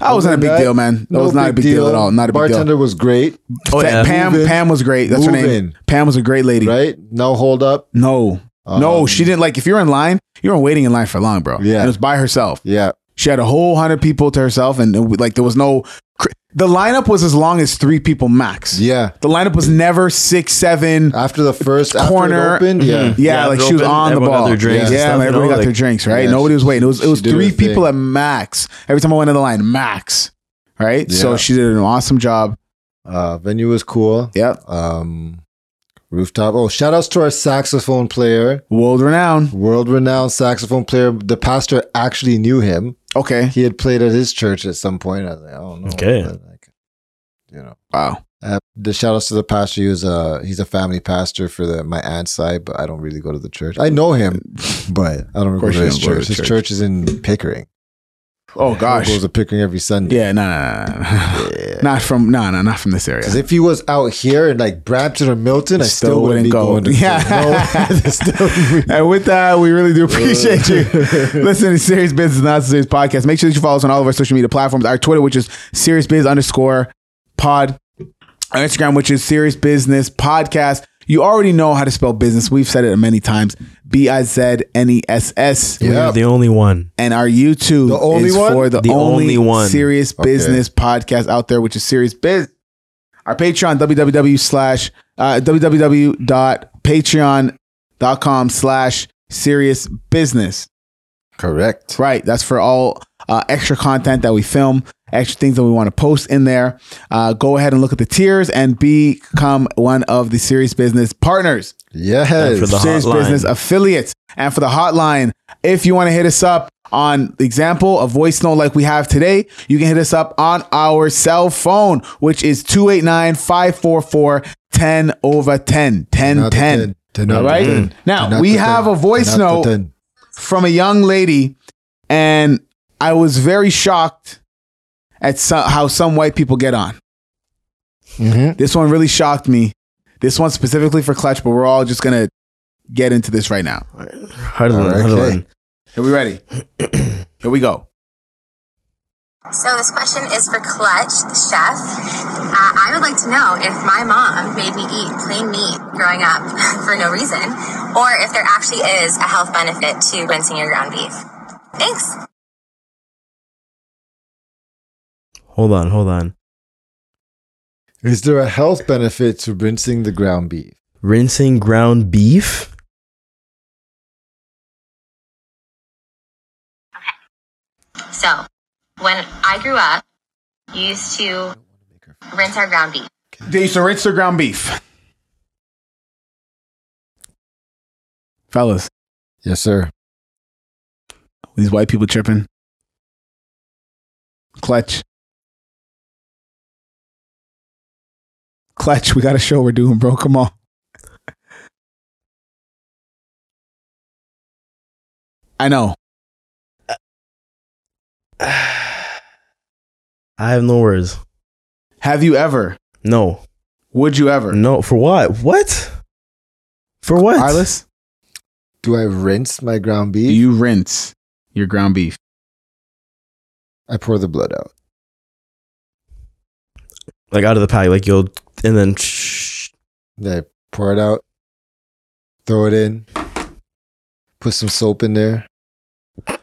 [SPEAKER 4] That wasn't a big
[SPEAKER 6] That-
[SPEAKER 4] deal, man. That
[SPEAKER 6] No
[SPEAKER 4] was not a big deal. at all. Not a big
[SPEAKER 6] Bartender was great,
[SPEAKER 4] deal.
[SPEAKER 5] Oh,
[SPEAKER 4] Fa-
[SPEAKER 5] yeah.
[SPEAKER 4] Pam
[SPEAKER 6] Moving.
[SPEAKER 4] Pam was great. That's her name.
[SPEAKER 6] Moving.
[SPEAKER 4] Pam was a great lady.
[SPEAKER 6] right? Uh-huh. No hold up.
[SPEAKER 4] No. no, she didn't like if you're in line, you weren't waiting in line for long, bro.
[SPEAKER 6] Yeah.
[SPEAKER 4] And it was by herself.
[SPEAKER 6] Yeah,
[SPEAKER 4] She had a whole hundred people to herself and it, w- like there was no cr- the lineup was as long as three people max.
[SPEAKER 6] yeah.
[SPEAKER 4] The lineup was never six, seven.
[SPEAKER 6] After the first
[SPEAKER 4] Corner. Mm-hmm.
[SPEAKER 6] corner, after it opened, yeah.
[SPEAKER 4] Yeah,
[SPEAKER 5] Yeah,
[SPEAKER 4] like
[SPEAKER 5] it
[SPEAKER 4] she was
[SPEAKER 5] opened,
[SPEAKER 4] on the
[SPEAKER 5] everyone got
[SPEAKER 4] ball.
[SPEAKER 5] their drinks
[SPEAKER 4] yeah,
[SPEAKER 5] and stuff,
[SPEAKER 4] man,
[SPEAKER 5] you
[SPEAKER 4] everyone
[SPEAKER 5] know,
[SPEAKER 4] got
[SPEAKER 5] like-
[SPEAKER 4] their drinks, right?
[SPEAKER 6] Yeah,
[SPEAKER 4] Nobody
[SPEAKER 6] she-
[SPEAKER 4] was waiting. It was it
[SPEAKER 6] she
[SPEAKER 4] was
[SPEAKER 6] did her
[SPEAKER 4] three people
[SPEAKER 6] thing.
[SPEAKER 4] at max. Every time I went in the line, max. Right? So
[SPEAKER 6] Yeah.
[SPEAKER 4] she did an awesome job.
[SPEAKER 6] Uh, venue was cool.
[SPEAKER 4] Yep.
[SPEAKER 6] Um, rooftop. Oh, shout outs to our saxophone player,
[SPEAKER 4] World renowned.
[SPEAKER 6] world renowned saxophone player. The pastor actually knew him.
[SPEAKER 4] Okay.
[SPEAKER 6] He had played at his church at some point. I was like, I don't know.
[SPEAKER 5] Okay.
[SPEAKER 6] But, like, you know.
[SPEAKER 4] Wow.
[SPEAKER 6] Uh, the shout outs to the pastor. He was a he's a family pastor for the my aunt's side, but I don't really go to the church. I know him, but I don't go
[SPEAKER 4] course
[SPEAKER 6] to
[SPEAKER 4] you
[SPEAKER 6] his
[SPEAKER 4] don't go to
[SPEAKER 6] church. His
[SPEAKER 4] church.
[SPEAKER 6] church is in Pickering.
[SPEAKER 4] Oh
[SPEAKER 6] He
[SPEAKER 4] gosh.
[SPEAKER 6] goes to Pickering every Sunday.
[SPEAKER 4] Yeah, no, no, no, no. Not from no, no, not from this area.
[SPEAKER 6] Because if he was out here in like Brampton or Milton, I still, wouldn't be
[SPEAKER 4] go.
[SPEAKER 6] going to
[SPEAKER 4] Yeah.
[SPEAKER 6] church. No, still
[SPEAKER 4] And with that, we really do appreciate you. Listen to Serious Biz is not a serious podcast. Make sure that you follow us on all of our social media platforms. Our Twitter, which is Serious Biz underscore pod. Our Instagram, which is Serious Business Podcast. You already know how to spell business. We've said it many times. B I Z N E S S.
[SPEAKER 5] You're the only one.
[SPEAKER 4] And our YouTube
[SPEAKER 6] The only
[SPEAKER 4] is
[SPEAKER 6] one?
[SPEAKER 4] for the,
[SPEAKER 5] The
[SPEAKER 4] only,
[SPEAKER 5] only one.
[SPEAKER 4] serious business podcast out there, which is Serious Biz. Our Patreon, www slash uh, www.patreon.com slash serious business.
[SPEAKER 6] Correct.
[SPEAKER 4] Right. That's for all uh, extra content that we film, extra things that we want to post in there. Uh, go ahead and look at the tiers and become one of the serious business partners.
[SPEAKER 6] Yes.
[SPEAKER 5] for the
[SPEAKER 4] Serious
[SPEAKER 5] hotline.
[SPEAKER 4] Business affiliates and for the hotline. If you want to hit us up on example a voice note like we have today, you can hit us up on our cell phone, which is 289-544-10 over 10. 10
[SPEAKER 6] Not the
[SPEAKER 4] 10.
[SPEAKER 6] 10. 10
[SPEAKER 4] All
[SPEAKER 6] out of
[SPEAKER 4] right.
[SPEAKER 6] 10.
[SPEAKER 4] Now,
[SPEAKER 6] Not
[SPEAKER 4] we
[SPEAKER 6] the
[SPEAKER 4] have
[SPEAKER 6] 10.
[SPEAKER 4] a voice note
[SPEAKER 6] Not the 10.
[SPEAKER 4] from a young lady, and I was very shocked at so- how some white people get on.
[SPEAKER 6] Mhm.
[SPEAKER 4] This one really shocked me. This one specifically for Clutch, but we're all just gonna get into this right now.
[SPEAKER 5] Huddling,
[SPEAKER 6] Okay.
[SPEAKER 5] huddling.
[SPEAKER 4] Are we ready? Here we go.
[SPEAKER 7] So this question is for Clutch, the chef. Uh, I would like to know if my mom made me eat plain meat growing up for no reason, or if there actually is a health benefit to rinsing your ground beef. Thanks.
[SPEAKER 5] Hold on, hold on.
[SPEAKER 6] Is there a health benefit to rinsing the ground beef?
[SPEAKER 5] Rinsing ground beef.
[SPEAKER 7] So when I grew up, you used to rinse our ground beef.
[SPEAKER 4] They used to rinse their ground beef. Fellas,
[SPEAKER 6] Yes, sir.
[SPEAKER 4] these white people tripping. Clutch. Clutch, we got a show we're doing, bro. Come on. I know.
[SPEAKER 5] I have no words.
[SPEAKER 4] Have you ever?
[SPEAKER 5] No,
[SPEAKER 4] Would you ever?
[SPEAKER 5] no. For what? What? For what?
[SPEAKER 4] Arliss,
[SPEAKER 6] Do I rinse my ground beef?
[SPEAKER 4] you rinse your ground beef.
[SPEAKER 6] I pour the blood out.
[SPEAKER 5] Like out of the pack. Like you'll and then. Shh.
[SPEAKER 6] Then I pour it out, throw it in, put some soap in there,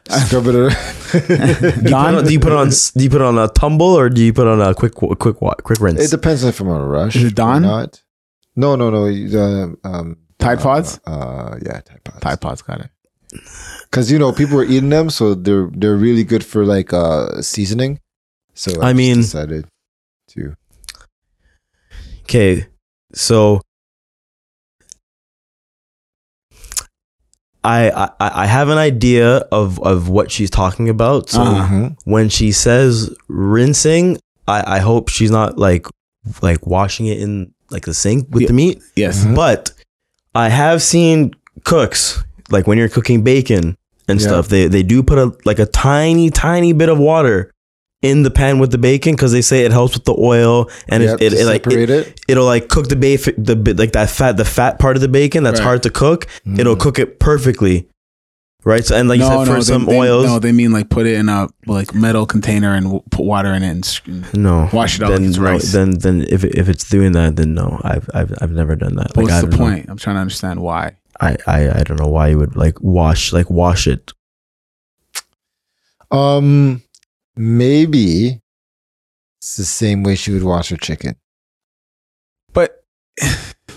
[SPEAKER 6] scrub it around.
[SPEAKER 5] Do you, put it on, do you put it on? s- Do you put it on a tumble or do you put it on a quick, wa- quick, wa- quick rinse?
[SPEAKER 6] It depends if I'm on a rush.
[SPEAKER 4] Is it
[SPEAKER 6] or
[SPEAKER 4] Dawn?
[SPEAKER 6] Not. No, no, no. you- Um, um,
[SPEAKER 4] Tide Pods?
[SPEAKER 6] Uh, uh, yeah, Tide Pods.
[SPEAKER 4] Tide Pods got it.
[SPEAKER 6] Because you know people were eating them, so they're they're really good for like uh seasoning. So
[SPEAKER 5] I
[SPEAKER 6] just
[SPEAKER 5] mean-
[SPEAKER 6] decided to.
[SPEAKER 5] Okay, so I, I I have an idea of of what she's talking about. So
[SPEAKER 4] Uh-huh.
[SPEAKER 6] Mhm.
[SPEAKER 5] when she says rinsing, I I hope she's not like like washing it in like the sink with
[SPEAKER 4] Yeah.
[SPEAKER 5] the meat.
[SPEAKER 4] Yes.
[SPEAKER 6] Mhm.
[SPEAKER 5] But I have seen cooks like when you're cooking bacon and
[SPEAKER 6] Yeah.
[SPEAKER 5] stuff, they they do put a like a tiny tiny bit of water in the pan with the bacon because they say it helps with the oil and it,
[SPEAKER 6] Yep,
[SPEAKER 5] it,
[SPEAKER 6] to
[SPEAKER 5] it like
[SPEAKER 6] separate it.
[SPEAKER 5] it will like cook the bacon the bi- like that fat the fat part of the bacon that's
[SPEAKER 4] Right.
[SPEAKER 5] hard to cook. It'll
[SPEAKER 6] Mm.
[SPEAKER 5] cook it perfectly, right? So and like you said, for
[SPEAKER 4] they-
[SPEAKER 5] some
[SPEAKER 4] they,
[SPEAKER 5] oils,
[SPEAKER 4] No, they mean like put it in a like metal container and w- put water in it and. sh- and
[SPEAKER 5] no,
[SPEAKER 4] Wash it out
[SPEAKER 5] Then
[SPEAKER 4] like it's
[SPEAKER 5] no,
[SPEAKER 4] rice.
[SPEAKER 5] then then if if it's doing that, then no, I've I've I've never done that.
[SPEAKER 4] What's the
[SPEAKER 5] I don't know.
[SPEAKER 4] point? I'm trying to understand why.
[SPEAKER 5] I, I I don't know why you would like wash like wash it.
[SPEAKER 6] Um, maybe it's the same way she would wash her chicken.
[SPEAKER 4] But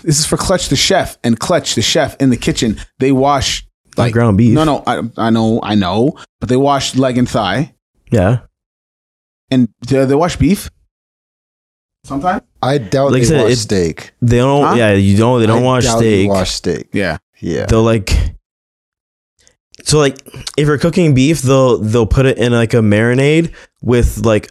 [SPEAKER 4] this is for Clutch the chef and Clutch the chef in the kitchen. They wash
[SPEAKER 5] Like
[SPEAKER 4] like
[SPEAKER 5] ground beef.
[SPEAKER 4] No, no, I, I know, I know, but they wash leg and thigh,
[SPEAKER 5] Yeah,
[SPEAKER 4] and do they wash beef. Sometimes.
[SPEAKER 6] I doubt
[SPEAKER 5] Like I
[SPEAKER 6] they
[SPEAKER 5] said,
[SPEAKER 6] wash
[SPEAKER 5] it's-
[SPEAKER 6] steak.
[SPEAKER 5] they don't.
[SPEAKER 4] Huh?
[SPEAKER 5] Yeah, you don't. They don't
[SPEAKER 6] I
[SPEAKER 5] wash
[SPEAKER 6] doubt they
[SPEAKER 5] steak.
[SPEAKER 6] Wash steak.
[SPEAKER 4] Yeah.
[SPEAKER 6] Yeah.
[SPEAKER 5] They'll like. So like, if you're cooking beef, they'll they'll put it in like a marinade with like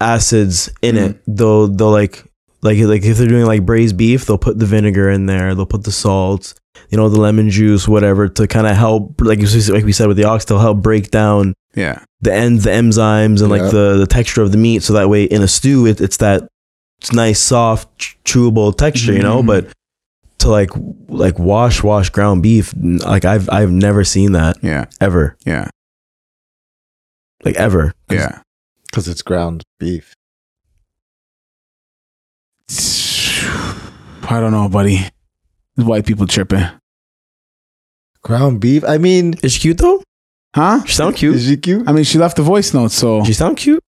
[SPEAKER 5] acids in it. They'll they'll like like like if they're doing like braised beef, they'll put the vinegar in there. They'll put the salt, you know, the lemon juice, whatever, to kind of help. Like you s- like we said with the ox, they'll help break down
[SPEAKER 4] Yeah.
[SPEAKER 5] the ends, the enzymes, and
[SPEAKER 6] Yeah.
[SPEAKER 5] like the, the texture of the meat. So that way, in a stew, it, it's that it's nice, soft, ch- chewable texture, you know.
[SPEAKER 4] Mhm.
[SPEAKER 5] But to like w- like wash wash ground beef, n- like I've I've never seen that
[SPEAKER 4] Yeah.
[SPEAKER 5] ever,
[SPEAKER 4] Yeah.
[SPEAKER 5] like ever. 'Cause
[SPEAKER 4] Yeah.
[SPEAKER 6] Because it's ground beef.
[SPEAKER 4] I don't know, buddy. White people tripping,
[SPEAKER 6] Ground beef. I mean,
[SPEAKER 5] Is she cute though?
[SPEAKER 4] huh?
[SPEAKER 5] She sound cute.
[SPEAKER 6] is she cute?
[SPEAKER 4] I mean, she left the voice note, so
[SPEAKER 5] She sound cute.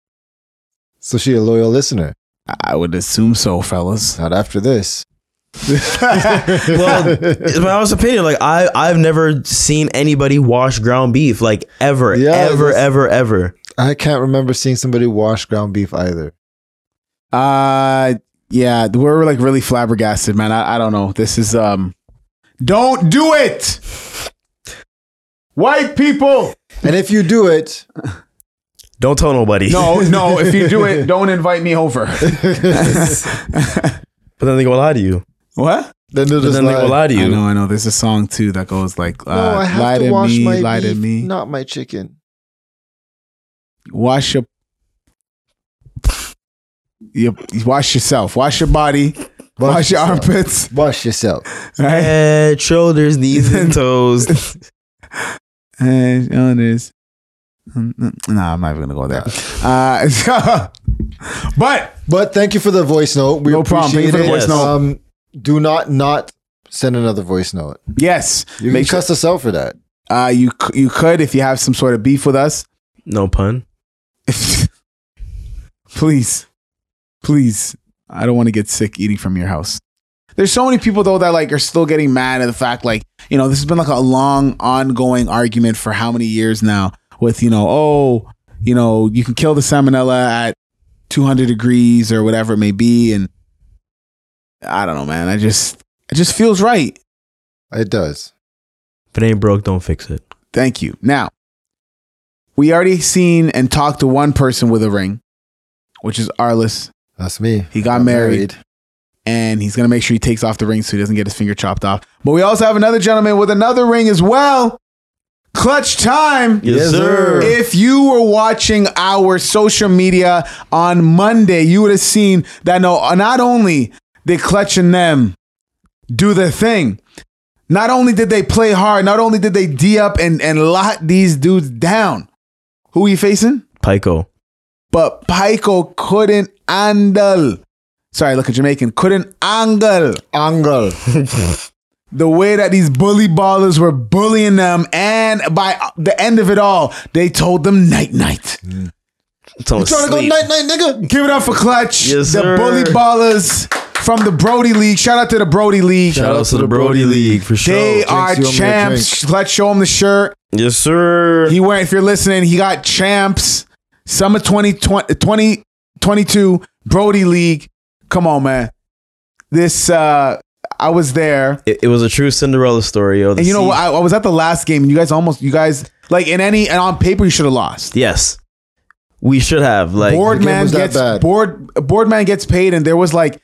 [SPEAKER 6] So she a loyal listener.
[SPEAKER 4] I would assume so, fellas.
[SPEAKER 6] Not after this.
[SPEAKER 5] Well, it's my honest opinion. Like I I've never seen anybody wash ground beef like ever,
[SPEAKER 6] Yeah,
[SPEAKER 5] ever,
[SPEAKER 6] that's-
[SPEAKER 5] ever, ever.
[SPEAKER 6] I can't remember seeing somebody wash ground beef either.
[SPEAKER 4] Uh, yeah, we're like really flabbergasted, man. I, I don't know. This is um, don't do it, white people.
[SPEAKER 6] And if you do it,
[SPEAKER 5] Don't tell nobody.
[SPEAKER 4] No, no. If you do it, don't invite me over.
[SPEAKER 5] but then they go lie to you.
[SPEAKER 4] what?
[SPEAKER 6] then they'll
[SPEAKER 5] But
[SPEAKER 6] just
[SPEAKER 5] then they
[SPEAKER 6] lie.
[SPEAKER 5] go lie to
[SPEAKER 4] I
[SPEAKER 5] you.
[SPEAKER 4] know, I know. There's a song too that goes like, uh,
[SPEAKER 6] No, I have
[SPEAKER 4] "Lie
[SPEAKER 6] to
[SPEAKER 4] to
[SPEAKER 6] wash my
[SPEAKER 4] me, lie
[SPEAKER 6] beef,
[SPEAKER 4] to me,
[SPEAKER 6] not my chicken.
[SPEAKER 4] wash your, your, wash yourself, wash your body, wash, your
[SPEAKER 6] yourself.
[SPEAKER 4] armpits,
[SPEAKER 6] Wash yourself.
[SPEAKER 4] right?
[SPEAKER 5] Head, shoulders, knees, and toes.
[SPEAKER 4] And others. Mm, Nah, I'm not even gonna go there. Uh, so- but
[SPEAKER 6] But thank you for the voice note. We
[SPEAKER 4] No problem. Thank
[SPEAKER 6] appreciate
[SPEAKER 4] you for the
[SPEAKER 6] it.
[SPEAKER 5] voice Yes. note.
[SPEAKER 6] Um, do not not send another voice note.
[SPEAKER 4] yes,
[SPEAKER 6] You
[SPEAKER 4] make
[SPEAKER 6] can cuss us out for that.
[SPEAKER 4] sure- uh, you c- you could if you have some sort of beef with us.
[SPEAKER 5] No pun.
[SPEAKER 4] please, please, I don't want to get sick eating from your house. There's so many people though that like are still getting mad at the fact like you know this has been like a long ongoing argument for how many years now with you know oh you know you can kill the salmonella at 200 degrees or whatever it may be and I don't know man I just it just feels right
[SPEAKER 6] It does.
[SPEAKER 5] If it ain't broke, don't fix it.
[SPEAKER 4] Thank you. Now, we already seen and talked to one person with a ring, which is Arliss,
[SPEAKER 6] That's me.
[SPEAKER 4] He got
[SPEAKER 6] I'm
[SPEAKER 4] married. and he's gonna make sure he takes off the ring so he doesn't get his finger chopped off. But we also have another gentleman with another ring as well. Clutch time.
[SPEAKER 5] Yes,
[SPEAKER 6] Yes,
[SPEAKER 5] sir.
[SPEAKER 6] sir.
[SPEAKER 4] If you were watching our social media on Monday, you would have seen that no, not only did Clutch and them do their thing, not only did they play hard, not only did they D up and, and lock these dudes down. Who are you facing?
[SPEAKER 5] Pico.
[SPEAKER 4] But Pico couldn't handle. Sorry, look at Jamaican. Couldn't angle
[SPEAKER 6] Angle.
[SPEAKER 4] the way that these bully ballers were bullying them. And by the end of it all, they told them night night.
[SPEAKER 5] Tell him
[SPEAKER 6] Trying to go
[SPEAKER 5] sleep.
[SPEAKER 6] night night, nigga.
[SPEAKER 4] Give it up for Clutch.
[SPEAKER 5] Yes,
[SPEAKER 4] the
[SPEAKER 5] sir.
[SPEAKER 4] Bully Ballers from the Brody League. Shout out to the Brody League.
[SPEAKER 5] Shout out to the Brody League for sure.
[SPEAKER 4] They
[SPEAKER 6] Jinx,
[SPEAKER 4] are
[SPEAKER 6] you owe me a
[SPEAKER 4] champs. Clutch, show him the shirt.
[SPEAKER 5] yes, sir.
[SPEAKER 4] He went, if you're listening, he got champs. Summer 2020, 2022 Brody League. Come on, man. This, uh, I was there.
[SPEAKER 5] it, it was a true Cinderella story. Yo. The
[SPEAKER 4] And you know
[SPEAKER 5] sea-
[SPEAKER 4] what? I, I was at the last game and you guys almost, you guys, like in any, and on paper, you should have lost.
[SPEAKER 5] yes, we should have like
[SPEAKER 6] game
[SPEAKER 4] Boardman
[SPEAKER 6] was that
[SPEAKER 4] gets
[SPEAKER 6] bad.
[SPEAKER 4] board Boardman gets paid, and there was like,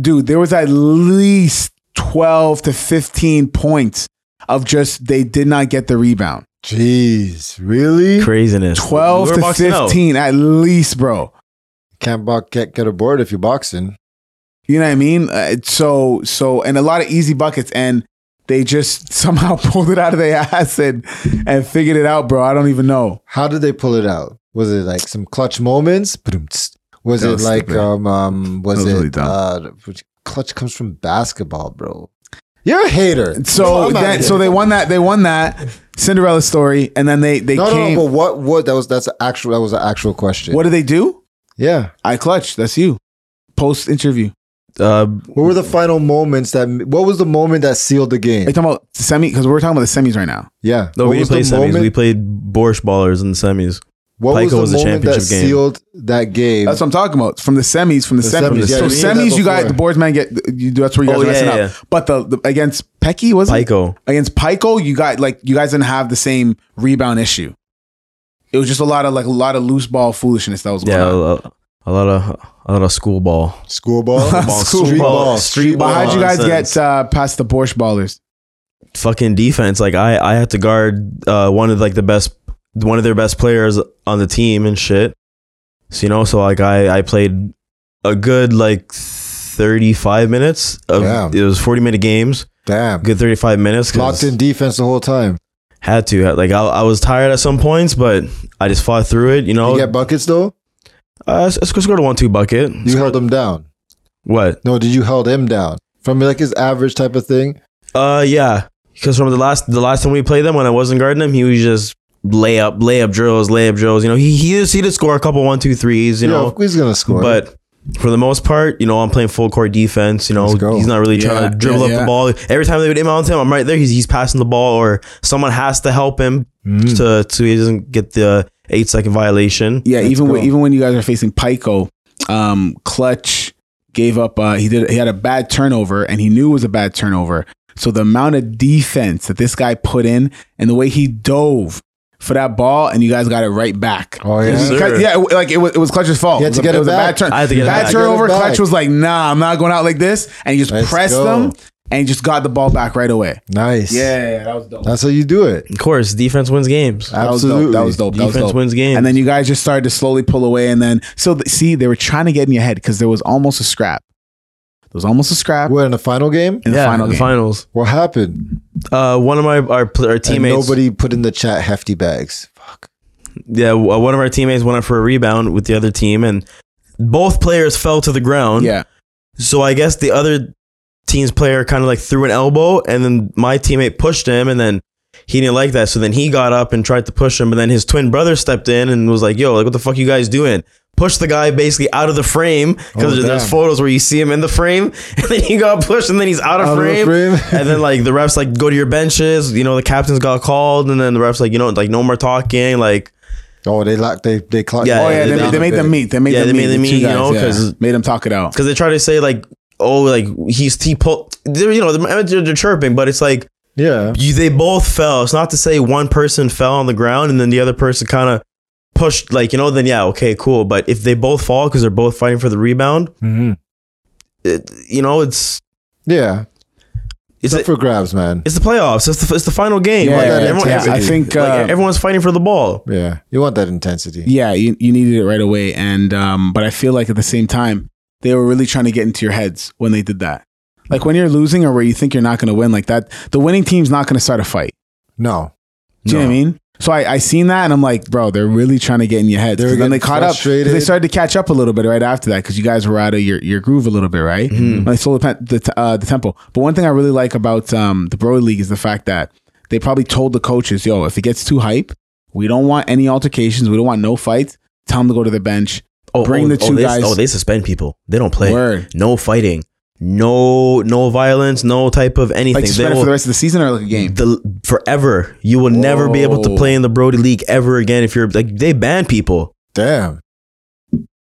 [SPEAKER 4] dude, there was at least twelve to fifteen points of just they did not get the rebound.
[SPEAKER 6] Jeez, really?
[SPEAKER 5] Craziness.
[SPEAKER 4] 12
[SPEAKER 5] We were
[SPEAKER 4] to
[SPEAKER 5] boxing out.
[SPEAKER 4] 15 at least, bro.
[SPEAKER 6] Can't bo- get get aboard if you're boxing.
[SPEAKER 4] You know what I mean? Uh, it's so so and a lot of easy buckets and they just somehow pulled it out of their ass and and figured it out, bro. I don't even know.
[SPEAKER 6] How did they pull it out? Was it like some clutch moments? Ba-dum, tss. Was
[SPEAKER 4] That
[SPEAKER 6] it
[SPEAKER 4] was
[SPEAKER 6] like
[SPEAKER 4] stupid.
[SPEAKER 6] um um was,
[SPEAKER 4] That was
[SPEAKER 6] it
[SPEAKER 4] really dumb.
[SPEAKER 6] uh which clutch comes from basketball, bro? You're a hater.
[SPEAKER 4] So
[SPEAKER 6] I'm outta
[SPEAKER 4] that,
[SPEAKER 6] here.
[SPEAKER 4] so they won that they won that Cinderella story and then they they
[SPEAKER 6] no, no,
[SPEAKER 4] came
[SPEAKER 6] no, but what what that was that's a actual that was an actual question.
[SPEAKER 4] What did they do?
[SPEAKER 6] Yeah.
[SPEAKER 4] I clutch. That's you. Post interview.
[SPEAKER 5] Uh,
[SPEAKER 6] What were the final moments that what was the moment that sealed the game?
[SPEAKER 4] Are you talking about semi? Because we're talking about the semis right now.
[SPEAKER 6] yeah.
[SPEAKER 5] no,
[SPEAKER 6] what
[SPEAKER 5] we didn't
[SPEAKER 6] was
[SPEAKER 5] play
[SPEAKER 6] the
[SPEAKER 5] semis.
[SPEAKER 6] moment-
[SPEAKER 5] We played Borscht Ballers in the semis.
[SPEAKER 6] What
[SPEAKER 5] Playco
[SPEAKER 6] was the
[SPEAKER 5] was the
[SPEAKER 6] moment that
[SPEAKER 5] championship game.
[SPEAKER 6] sealed that game?
[SPEAKER 4] That's what I'm talking about. From the semis, from the,
[SPEAKER 6] The
[SPEAKER 4] semis.
[SPEAKER 6] semis, yeah,
[SPEAKER 4] so
[SPEAKER 6] we did that
[SPEAKER 4] semis, you got
[SPEAKER 6] before.
[SPEAKER 4] the boards man get. You, that's where you guys
[SPEAKER 5] Oh,
[SPEAKER 4] are
[SPEAKER 5] yeah,
[SPEAKER 4] messing
[SPEAKER 5] yeah,
[SPEAKER 4] up. But the, the against Pecky was it?
[SPEAKER 5] Pico.
[SPEAKER 4] against Pico, you got like you guys didn't have the same rebound issue. It was just a lot of like a lot of loose ball foolishness that was going
[SPEAKER 5] Yeah, a,
[SPEAKER 4] on.
[SPEAKER 5] a- a lot of a lot of school ball.
[SPEAKER 6] School ball,
[SPEAKER 4] Ball, School
[SPEAKER 6] street
[SPEAKER 4] ball,
[SPEAKER 6] ball,
[SPEAKER 5] street
[SPEAKER 6] street
[SPEAKER 4] But
[SPEAKER 5] ball.
[SPEAKER 4] how'd you guys
[SPEAKER 5] nonsense.
[SPEAKER 4] get uh, past the Borscht ballers?
[SPEAKER 5] Fucking defense. Like I, I had to guard uh, one of like the best, one of their best players on the team and shit. So you know, so like I, I played a good like thirty five minutes of
[SPEAKER 6] Damn.
[SPEAKER 5] it was forty minute games.
[SPEAKER 6] Damn,
[SPEAKER 5] Good thirty five minutes. 'cause-
[SPEAKER 6] locked in defense the whole time.
[SPEAKER 5] Had to like I, I was tired at some points, but I just fought through it. You know,
[SPEAKER 6] You get buckets though.
[SPEAKER 5] uh, let's, let's go score to one two bucket.
[SPEAKER 6] You held him down.
[SPEAKER 5] What?
[SPEAKER 6] No, did you held him down from like his average type of thing?
[SPEAKER 5] Uh, yeah, because from the last the last time we played them, when I wasn't guarding him, he was just layup layup drills layup drills. You know, he he just he did score a couple one two threes. You
[SPEAKER 6] Yeah,
[SPEAKER 5] know,
[SPEAKER 6] he's gonna score.
[SPEAKER 5] but. For the most part, you know, I'm playing full court defense. You know,
[SPEAKER 6] Let's go.
[SPEAKER 5] he's not really
[SPEAKER 4] Yeah,
[SPEAKER 5] trying
[SPEAKER 4] yeah,
[SPEAKER 5] to dribble up
[SPEAKER 4] yeah.
[SPEAKER 5] the ball. Every time they would inbound him, I'm right there. He's he's passing the ball, or someone has to help him
[SPEAKER 6] Mm.
[SPEAKER 5] to to he doesn't get the eight second violation.
[SPEAKER 4] Yeah,
[SPEAKER 6] Let's
[SPEAKER 4] even
[SPEAKER 6] go.
[SPEAKER 4] when, even when you guys are facing Pico, um, Clutch gave up. Uh, he did. He had a bad turnover, and he knew it was a bad turnover. So the amount of defense that this guy put in, and the way he dove for that ball, and you guys got it right back.
[SPEAKER 6] Oh, yeah?
[SPEAKER 4] Because-
[SPEAKER 5] Sir.
[SPEAKER 4] yeah. it- Like it was, it was Clutch's fault.
[SPEAKER 6] He had
[SPEAKER 4] was
[SPEAKER 6] to get it
[SPEAKER 4] was
[SPEAKER 6] back.
[SPEAKER 4] turn-
[SPEAKER 5] I had to get it
[SPEAKER 4] bad
[SPEAKER 5] back.
[SPEAKER 4] turturnover.
[SPEAKER 6] Get it back.
[SPEAKER 4] Clutch was like, "Nah, I'm not going out like this," and he just
[SPEAKER 6] Let's
[SPEAKER 4] pressed
[SPEAKER 6] go.
[SPEAKER 4] them and just got the ball back right away.
[SPEAKER 6] nice.
[SPEAKER 4] Yeah, that was dope.
[SPEAKER 6] that's how you do it.
[SPEAKER 5] Of course, defense wins games.
[SPEAKER 4] That was dope.
[SPEAKER 6] Absolutely.
[SPEAKER 4] That was dope. That was
[SPEAKER 5] Defense
[SPEAKER 4] dope.
[SPEAKER 5] wins games.
[SPEAKER 4] And then you guys just started to slowly pull away. And then, so th- see, they were trying to get in your head because there was almost a scrap. There was almost a scrap
[SPEAKER 6] We're in the final game.
[SPEAKER 4] in the
[SPEAKER 5] yeah,
[SPEAKER 4] final
[SPEAKER 5] the
[SPEAKER 4] game.
[SPEAKER 5] finals.
[SPEAKER 6] What happened?
[SPEAKER 5] Uh, one of my our, pl- our
[SPEAKER 6] And
[SPEAKER 5] teammates.
[SPEAKER 6] nobody put in the chat hefty bags. Fuck.
[SPEAKER 5] Yeah, w- uh, one of our teammates went up for a rebound with the other team, and both players fell to the ground.
[SPEAKER 4] Yeah.
[SPEAKER 5] So I guess the other team's player kind of like threw an elbow, and then my teammate pushed him, and then he didn't like that. So then he got up and tried to push him, but then his twin brother stepped in and was like, "Yo, like what the fuck you guys doing?" Pushed the guy basically out of the frame
[SPEAKER 6] Oh,
[SPEAKER 5] because there's
[SPEAKER 6] damn.
[SPEAKER 5] photos where you see him in the frame, and then he got pushed, and then he's out of
[SPEAKER 6] Out of the
[SPEAKER 5] frame.
[SPEAKER 6] frame.
[SPEAKER 5] and then like the refs like go to your benches. You know the captains got called, and then the refs like you know like no more talking. Like
[SPEAKER 6] Oh, they locked. They they clocked.
[SPEAKER 5] Yeah,
[SPEAKER 4] Oh, yeah. They,
[SPEAKER 5] they-
[SPEAKER 4] made- they made them meet. They made
[SPEAKER 5] Yeah,
[SPEAKER 4] them
[SPEAKER 5] they
[SPEAKER 4] meet.
[SPEAKER 5] made them
[SPEAKER 4] the two
[SPEAKER 5] meet, you
[SPEAKER 4] guys,
[SPEAKER 5] know,
[SPEAKER 4] yeah.
[SPEAKER 5] 'cause-
[SPEAKER 4] made them talk it out.
[SPEAKER 5] because they try to say like oh like he's he pulled they're, you know they're, they're chirping but it's like
[SPEAKER 6] Yeah.
[SPEAKER 5] you, they both fell it's not to say one person fell on the ground and then the other person kind of pushed like you know then yeah okay cool but if they both fall because they're both fighting for the rebound
[SPEAKER 6] Mm-hmm.
[SPEAKER 5] it, you know it's
[SPEAKER 6] Yeah.
[SPEAKER 5] it's
[SPEAKER 6] It's up
[SPEAKER 5] the,
[SPEAKER 6] for grabs, man.
[SPEAKER 5] it's the playoffs it's the, it's the final game
[SPEAKER 4] Yeah,
[SPEAKER 5] like,
[SPEAKER 6] yeah,
[SPEAKER 5] everyone,
[SPEAKER 6] yeah.
[SPEAKER 5] every-
[SPEAKER 4] I think,
[SPEAKER 5] like,
[SPEAKER 4] uh,
[SPEAKER 5] everyone's fighting for the ball
[SPEAKER 6] Yeah, you want that intensity.
[SPEAKER 4] Yeah, you, you needed it right away. And, um, but I feel like at the same time, they were really trying to get into your heads when they did that. Like when you're losing or where you think you're not going to win, like that, the winning team's not going to start a fight.
[SPEAKER 6] No,
[SPEAKER 4] Do you know what I mean? So I, I seen that and I'm like, bro, they're really trying to get in your head.
[SPEAKER 6] They were
[SPEAKER 4] Because then they
[SPEAKER 6] getting
[SPEAKER 4] caught up. 'cause They
[SPEAKER 6] frustrated.
[SPEAKER 4] started to catch up a little bit right after that because you guys were out of your, your groove a little bit, right?
[SPEAKER 6] Mm-hmm.
[SPEAKER 4] When they slowed the, pe- the, t- uh, the tempo. But one thing I really like about um, the Bro League is the fact that they probably told the coaches, yo, if it gets too hype, we don't want any altercations. We don't want no fights. Tell them to go to the bench.
[SPEAKER 5] oh,
[SPEAKER 4] Bring
[SPEAKER 5] oh,
[SPEAKER 4] the
[SPEAKER 5] oh,
[SPEAKER 4] two
[SPEAKER 5] they,
[SPEAKER 4] guys-
[SPEAKER 5] oh they suspend people they don't play
[SPEAKER 4] Word.
[SPEAKER 5] no fighting no no violence no type of anything
[SPEAKER 4] Like
[SPEAKER 5] They
[SPEAKER 4] suspend it
[SPEAKER 5] will-
[SPEAKER 4] for the rest of the season or like a game?
[SPEAKER 5] the forever. You will never be able to
[SPEAKER 4] Whoa.
[SPEAKER 5] play in the Brody League ever again if you're like they ban people.
[SPEAKER 6] damn.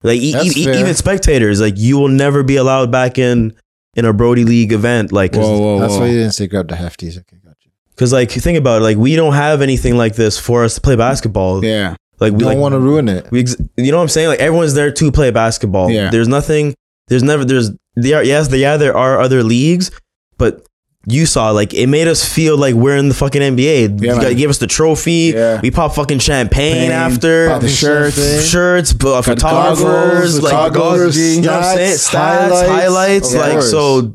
[SPEAKER 5] Like e-
[SPEAKER 6] That's
[SPEAKER 5] e-
[SPEAKER 6] fair.
[SPEAKER 5] even spectators, like you will never be allowed back in in a Brody League event. Like,
[SPEAKER 4] Whoa, whoa,
[SPEAKER 6] That's
[SPEAKER 4] whoa.
[SPEAKER 6] why you didn't say grab the hefties. Okay, got you.
[SPEAKER 5] because like you think about it, like we don't have anything like this for us to play basketball.
[SPEAKER 4] yeah.
[SPEAKER 5] Like we
[SPEAKER 6] don't
[SPEAKER 5] like,
[SPEAKER 6] want to ruin it.
[SPEAKER 5] we ex- you know what I'm saying? Like everyone's there to play basketball.
[SPEAKER 4] Yeah.
[SPEAKER 5] There's nothing. There's never. There's there. Are, yes, there, yeah, there are other leagues, but you saw like it made us feel like we're in the fucking NBA.
[SPEAKER 4] Yeah,
[SPEAKER 5] you
[SPEAKER 4] man.
[SPEAKER 5] got, gave us the trophy.
[SPEAKER 4] Yeah.
[SPEAKER 5] We pop fucking champagne
[SPEAKER 4] Pain,
[SPEAKER 5] after
[SPEAKER 4] pop the shirts.
[SPEAKER 5] shirts, but uh, photographers,
[SPEAKER 4] goggles,
[SPEAKER 5] like
[SPEAKER 4] goggles,
[SPEAKER 5] you know what I'm saying?
[SPEAKER 6] stats,
[SPEAKER 5] Stats, highlights,
[SPEAKER 6] highlights, of
[SPEAKER 5] like
[SPEAKER 6] course.
[SPEAKER 5] so.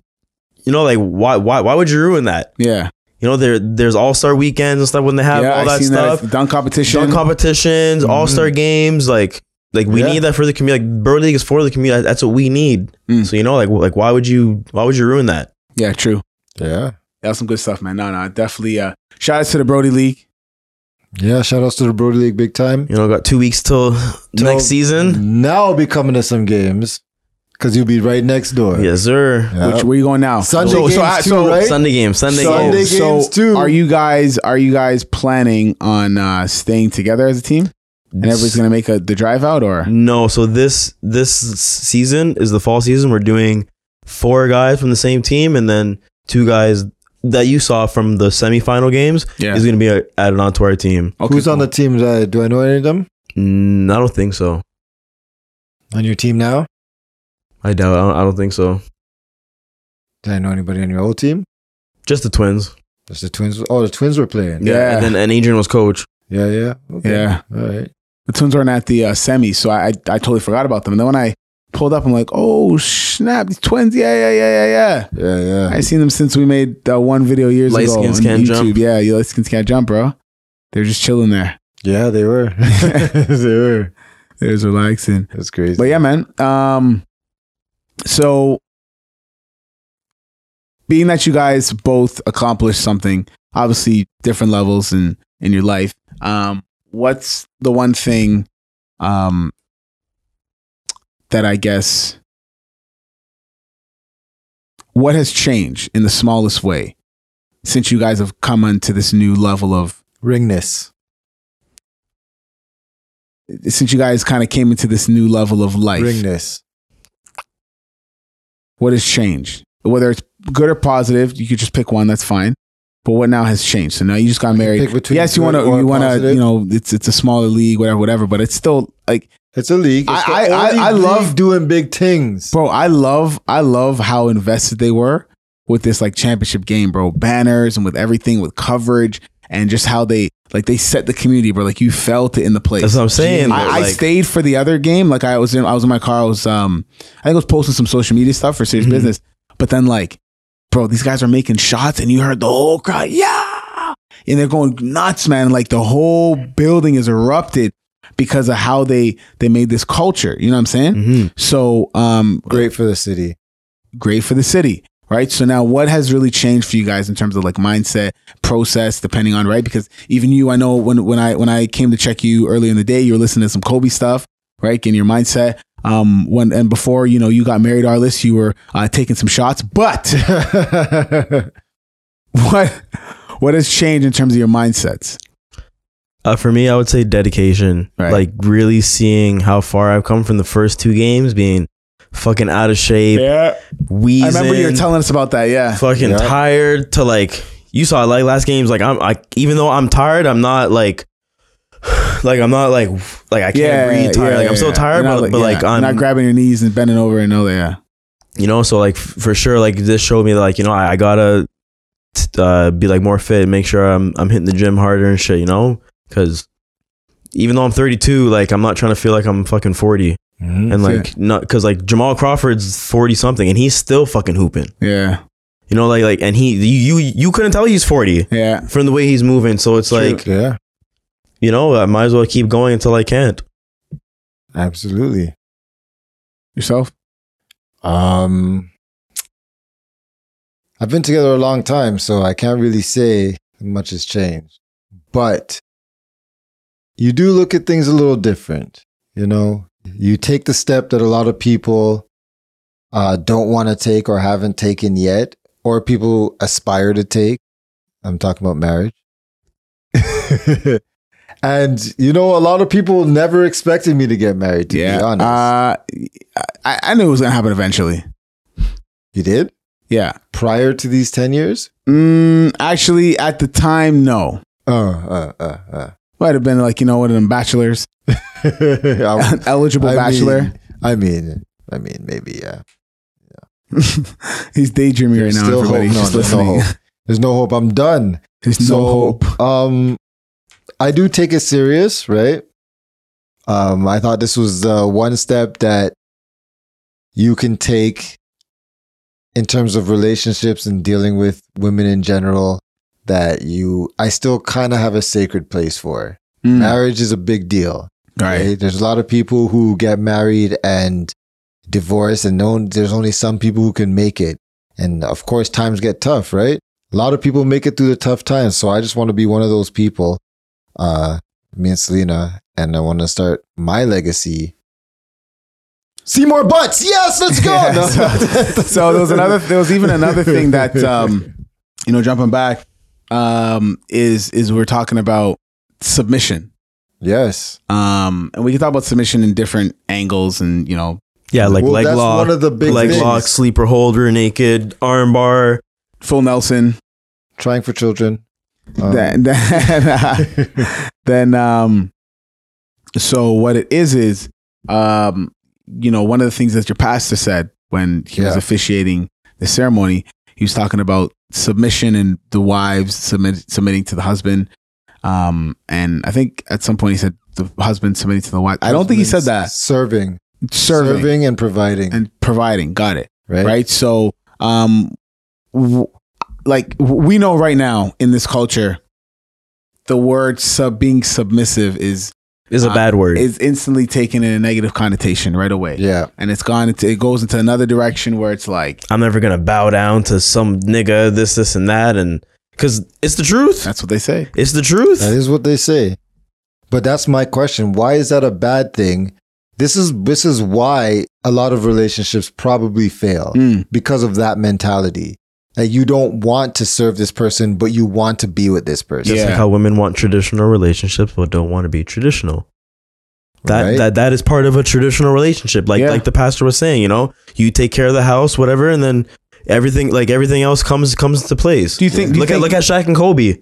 [SPEAKER 5] You know, like why why why would you ruin that?
[SPEAKER 4] Yeah,
[SPEAKER 5] You know, there there's All Star weekends and stuff when they have
[SPEAKER 4] yeah.
[SPEAKER 5] all
[SPEAKER 4] I
[SPEAKER 5] that
[SPEAKER 4] seen
[SPEAKER 5] stuff.
[SPEAKER 4] that dunk competition.
[SPEAKER 5] Dunk
[SPEAKER 4] Mm-hmm.
[SPEAKER 5] competitions, All Star games, like like we
[SPEAKER 6] Yeah.
[SPEAKER 5] need that for the community. Like Bird League is for the community. That's what we need.
[SPEAKER 4] Mm.
[SPEAKER 5] So you know, like like why would you why would you ruin that?
[SPEAKER 4] yeah, true.
[SPEAKER 6] Yeah.
[SPEAKER 4] That was some good stuff, man. No, no, definitely. Uh, shout out to the Brody League.
[SPEAKER 6] Yeah. Shout outs to the Brody League big time.
[SPEAKER 5] You know, got two weeks till next season.
[SPEAKER 6] Now I'll be coming to some games because you'll be right next door.
[SPEAKER 4] Mm.
[SPEAKER 5] Yes, sir.
[SPEAKER 6] Yeah.
[SPEAKER 4] Which where you going now?
[SPEAKER 6] Sunday games
[SPEAKER 4] I-
[SPEAKER 6] too, right?
[SPEAKER 5] Sunday game. Sunday,
[SPEAKER 6] Sunday
[SPEAKER 5] game.
[SPEAKER 6] games too.
[SPEAKER 4] Are you guys are you guys planning on uh, staying together as a team? And everybody's gonna make a, the drive out, or
[SPEAKER 6] Mm.
[SPEAKER 5] No, so this this season is the fall season. We're doing four guys from the same team, and then two guys that you saw from the semifinal games
[SPEAKER 4] Yeah.
[SPEAKER 5] is going to be uh, added onto our team.
[SPEAKER 4] Okay,
[SPEAKER 6] Who's on
[SPEAKER 4] cool.
[SPEAKER 6] the team? That, do I know any of them
[SPEAKER 5] Mm, I don't think so.
[SPEAKER 6] on your team now?
[SPEAKER 5] I doubt. I don't, I don't think so.
[SPEAKER 6] Did I know anybody on your old team?
[SPEAKER 5] Just the twins.
[SPEAKER 6] Just the twins. Oh, the twins were playing.
[SPEAKER 4] Yeah.
[SPEAKER 5] And then and Adrian was coach.
[SPEAKER 6] Yeah. Yeah. Okay.
[SPEAKER 4] Yeah.
[SPEAKER 6] All right.
[SPEAKER 4] the twins weren't at the uh, semi, so I, I I totally forgot about them. And then when I pulled up, I'm like, oh snap, these twins, yeah, yeah, yeah, yeah, yeah.
[SPEAKER 6] Yeah. Yeah.
[SPEAKER 4] I seen them since we made that one video years
[SPEAKER 5] Light
[SPEAKER 4] ago
[SPEAKER 5] skins
[SPEAKER 4] on
[SPEAKER 5] can't
[SPEAKER 4] YouTube.
[SPEAKER 5] jump.
[SPEAKER 4] Yeah, you light skins can't jump, bro. They're just chilling there.
[SPEAKER 6] Yeah, they were. they were.
[SPEAKER 4] They're just relaxing.
[SPEAKER 6] That's crazy.
[SPEAKER 4] But yeah, man. Um, so being that you guys both accomplished something, obviously different levels in in your life. Um, what's the one thing, um, that I guess what has changed in the smallest way since you guys have come onto this new level of
[SPEAKER 6] Ringness.
[SPEAKER 4] since you guys kind of came into this new level of life
[SPEAKER 6] Ringness.
[SPEAKER 4] what has changed whether it's good or positive you could just pick one that's fine but what now has changed so now you just got married
[SPEAKER 6] pick between
[SPEAKER 4] yes you want
[SPEAKER 6] good
[SPEAKER 4] to
[SPEAKER 6] or
[SPEAKER 4] you want to
[SPEAKER 6] positive.
[SPEAKER 4] you know it's it's a smaller league whatever whatever but it's still like
[SPEAKER 6] It's a league. It's
[SPEAKER 4] I-
[SPEAKER 6] the
[SPEAKER 4] I- I-
[SPEAKER 6] only
[SPEAKER 4] I love-
[SPEAKER 6] league doing big things.
[SPEAKER 4] bro i love i love how invested they were with this like championship game bro banners and with everything with coverage and just how they like they set the community bro like you felt it in the place
[SPEAKER 5] That's what I'm saying.
[SPEAKER 4] I, I
[SPEAKER 5] like,
[SPEAKER 4] stayed for the other game. Like I was in, I was in my car. I was, um, I think I was posting some social media stuff for
[SPEAKER 5] Mm-hmm.
[SPEAKER 4] serious business. But then, like, bro, these guys are making shots, and you heard the whole crowd, yeah, and they're going nuts, man. Like the whole building is erupted because of how they they made this culture. You know what I'm saying?
[SPEAKER 5] Mhm.
[SPEAKER 4] So, um,
[SPEAKER 6] Great for the city.
[SPEAKER 4] great for the city right so now what has really changed for you guys in terms of like mindset process depending on right because even you i know when when i when i came to check you earlier in the day you were listening to some kobe stuff right getting your mindset um when and before you know you got married arliss you were uh, taking some shots but what what has changed in terms of your mindsets
[SPEAKER 5] Uh, for me, I would say dedication.
[SPEAKER 4] Right.
[SPEAKER 5] Like really seeing how far I've come from the first two games, being fucking out of shape,
[SPEAKER 4] yeah i
[SPEAKER 5] wheezing,
[SPEAKER 4] remember you were telling us about that yeah
[SPEAKER 5] fucking
[SPEAKER 6] Yeah.
[SPEAKER 5] tired to like. You saw like last games. Like I'm, I even though I'm tired, I'm not like, like I'm not like, like I can't breathe. Tired. like I'm so
[SPEAKER 4] yeah.
[SPEAKER 5] tired,
[SPEAKER 4] You're
[SPEAKER 5] but,
[SPEAKER 4] not,
[SPEAKER 5] but
[SPEAKER 4] yeah,
[SPEAKER 5] like
[SPEAKER 4] you're
[SPEAKER 5] I'm
[SPEAKER 4] not grabbing your knees and bending over and all that yeah
[SPEAKER 5] you know so like f- for sure like this showed me like you know i, I gotta t- uh, be like more fit and make sure i'm i'm hitting the gym harder and shit you know because even though i'm 32 like i'm not trying to feel like i'm fucking 40
[SPEAKER 6] Mhm.
[SPEAKER 5] Mm-hmm. and like not because like jamal crawford's 40 something and he's still fucking hooping
[SPEAKER 4] yeah
[SPEAKER 5] you know like like and he you you, you couldn't tell he's 40
[SPEAKER 4] yeah
[SPEAKER 5] from the way he's moving so it's like
[SPEAKER 6] yeah,
[SPEAKER 5] you know i might as well keep going until i can't
[SPEAKER 6] absolutely.
[SPEAKER 4] yourself
[SPEAKER 6] Um, I've been together a long time, so I can't really say much has changed. But you do look at things a little different. You know, you take the step that a lot of people uh, don't want to take or haven't taken yet, or people aspire to take. I'm talking about marriage. and you know, a lot of people never expected me to get married. To be honest,
[SPEAKER 4] Uh, I, I knew it was gonna happen eventually.
[SPEAKER 6] you did.
[SPEAKER 4] Yeah.
[SPEAKER 6] prior to these 10 years?
[SPEAKER 4] Mm, actually, at the time, no.
[SPEAKER 6] Uh, uh, uh,
[SPEAKER 4] Might have been like you know what, in bachelor's
[SPEAKER 6] uh. I-
[SPEAKER 4] eligible
[SPEAKER 6] I
[SPEAKER 4] bachelor.
[SPEAKER 6] Mean, I mean, I mean, maybe, yeah.
[SPEAKER 4] He's daydreaming right now.
[SPEAKER 6] Still
[SPEAKER 4] Everybody
[SPEAKER 6] hope.
[SPEAKER 4] just
[SPEAKER 6] No, there's no
[SPEAKER 4] listening.
[SPEAKER 6] hope. There's no hope. I'm done.
[SPEAKER 4] There's no hope.
[SPEAKER 6] Um, I do take it serious, right? Um, I thought this was the one step that you can take in terms of relationships and dealing with women in general that you I still kind of have a sacred place for.
[SPEAKER 4] Mm.
[SPEAKER 6] Marriage is a big deal.
[SPEAKER 4] Right.
[SPEAKER 6] right? There's a lot of people who get married and divorce, and no, there's only some people who can make it. And of course, times get tough, right? A lot of people make it through the tough times. So I just want to be one of those people, uh, me and Selena, and I want to start my legacy. See more butts. Yes, let's go.
[SPEAKER 4] Yeah,
[SPEAKER 6] No.
[SPEAKER 4] so, so there was another. There was even another thing that um, you know, jumping back um, is is we're talking about submission,
[SPEAKER 6] yes.
[SPEAKER 4] um, and we can talk about submission in different angles, and you know,
[SPEAKER 5] Yeah, like
[SPEAKER 6] Well,
[SPEAKER 5] leg
[SPEAKER 6] that's
[SPEAKER 5] lock,
[SPEAKER 6] one of the big
[SPEAKER 5] leg
[SPEAKER 6] things.
[SPEAKER 5] lock, sleeper holder, naked arm bar.
[SPEAKER 4] full Nelson.
[SPEAKER 6] Trying for children. Um,
[SPEAKER 4] then then, then, um, so what it is is um, you know one of the things that your pastor said when he was
[SPEAKER 6] Yeah.
[SPEAKER 4] officiating the ceremony, he was talking about submission and the wives submit, submitting to the husband. Um, and I think at some point he said the husband submitting to the wife. I don't think he said that.
[SPEAKER 6] Serving,
[SPEAKER 4] Serving,
[SPEAKER 6] serving and providing,
[SPEAKER 4] and providing. Got it
[SPEAKER 6] right?
[SPEAKER 4] right? So, um, w- like w- we know right now in this culture, the word sub being submissive is
[SPEAKER 5] Is a
[SPEAKER 4] Uh,
[SPEAKER 5] bad word.
[SPEAKER 4] is instantly taken in a negative connotation right away,
[SPEAKER 6] Yeah.
[SPEAKER 4] and it's gone into it goes into another direction where it's like
[SPEAKER 5] I'm never gonna bow down to some nigga, this, this, and that, and because it's the truth.
[SPEAKER 4] that's what they say.
[SPEAKER 5] It's the truth.
[SPEAKER 6] That is what they say. But that's my question. Why is that a bad thing? This is this is why a lot of relationships probably fail
[SPEAKER 4] Mm.
[SPEAKER 6] because of that mentality. That you don't want to serve this person, but you want to be with this person.
[SPEAKER 5] It's like
[SPEAKER 4] Yeah.
[SPEAKER 5] how women want traditional relationships but don't want to be traditional. That
[SPEAKER 6] Right?
[SPEAKER 5] that that is part of a traditional relationship. Like
[SPEAKER 4] Yeah.
[SPEAKER 5] like the pastor was saying, you know, you take care of the house, whatever, and then everything like everything else comes comes to place.
[SPEAKER 4] Do you think- do you
[SPEAKER 5] look at
[SPEAKER 4] think-
[SPEAKER 5] look at Shaq and Kobe.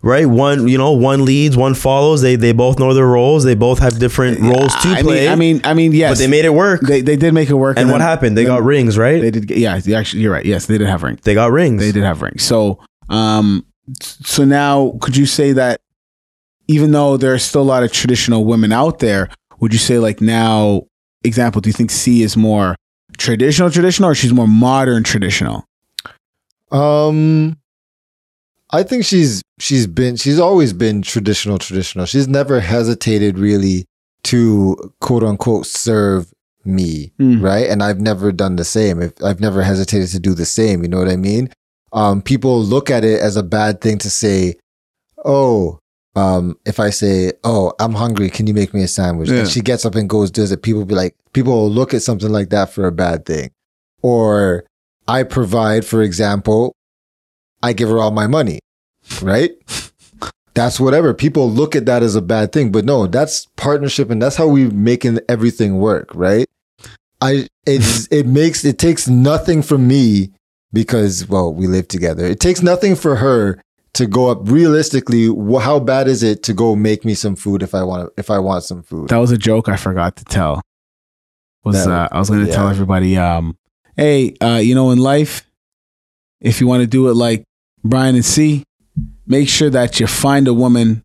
[SPEAKER 5] Right? One you know, one leads, one follows. They they both know their roles. They both have different roles to
[SPEAKER 4] I
[SPEAKER 5] play.
[SPEAKER 4] Mean, I mean, I mean, yes,
[SPEAKER 5] but they made it work.
[SPEAKER 4] they they did make it work.
[SPEAKER 5] and what
[SPEAKER 4] then-
[SPEAKER 5] happened? They
[SPEAKER 4] then
[SPEAKER 5] got rings, right?
[SPEAKER 4] They
[SPEAKER 5] They,
[SPEAKER 4] did. get- Yeah, you actually, you're right. Yes, they did have rings.
[SPEAKER 5] got rings.
[SPEAKER 4] They did have rings. So, um, so now could you say that even though there are still a lot of traditional women out there, would you say like now, example, do you think C is more traditional, traditional, or she's more modern, traditional?
[SPEAKER 6] Um I think she's she's been she's always been traditional traditional. She's never hesitated really to quote unquote serve me,
[SPEAKER 4] Mm.
[SPEAKER 6] right? And I've never done the same. If I've never hesitated to do the same, you know what I mean? Um people look at it as a bad thing to say, "Oh, um if I say, "Oh, I'm hungry, can you make me a sandwich?"
[SPEAKER 4] Yeah.
[SPEAKER 6] and she gets up and goes does it, people be like people will look at something like that for a bad thing. Or I provide, for example, I give her all my money, right? That's whatever. People look at that as a bad thing, but no, that's partnership and that's how we making everything work, right? I it's it makes it takes nothing from me because well, we live together. It takes nothing for her to go up realistically, wh- how bad is it to go make me some food if I want if I want some food?
[SPEAKER 4] That was a joke I forgot to tell. Was
[SPEAKER 6] That-
[SPEAKER 4] uh, I was going to tell
[SPEAKER 6] yeah.
[SPEAKER 4] everybody, um, hey, uh, you know, in life, if you want to do it like Brian and C, make sure that you find a woman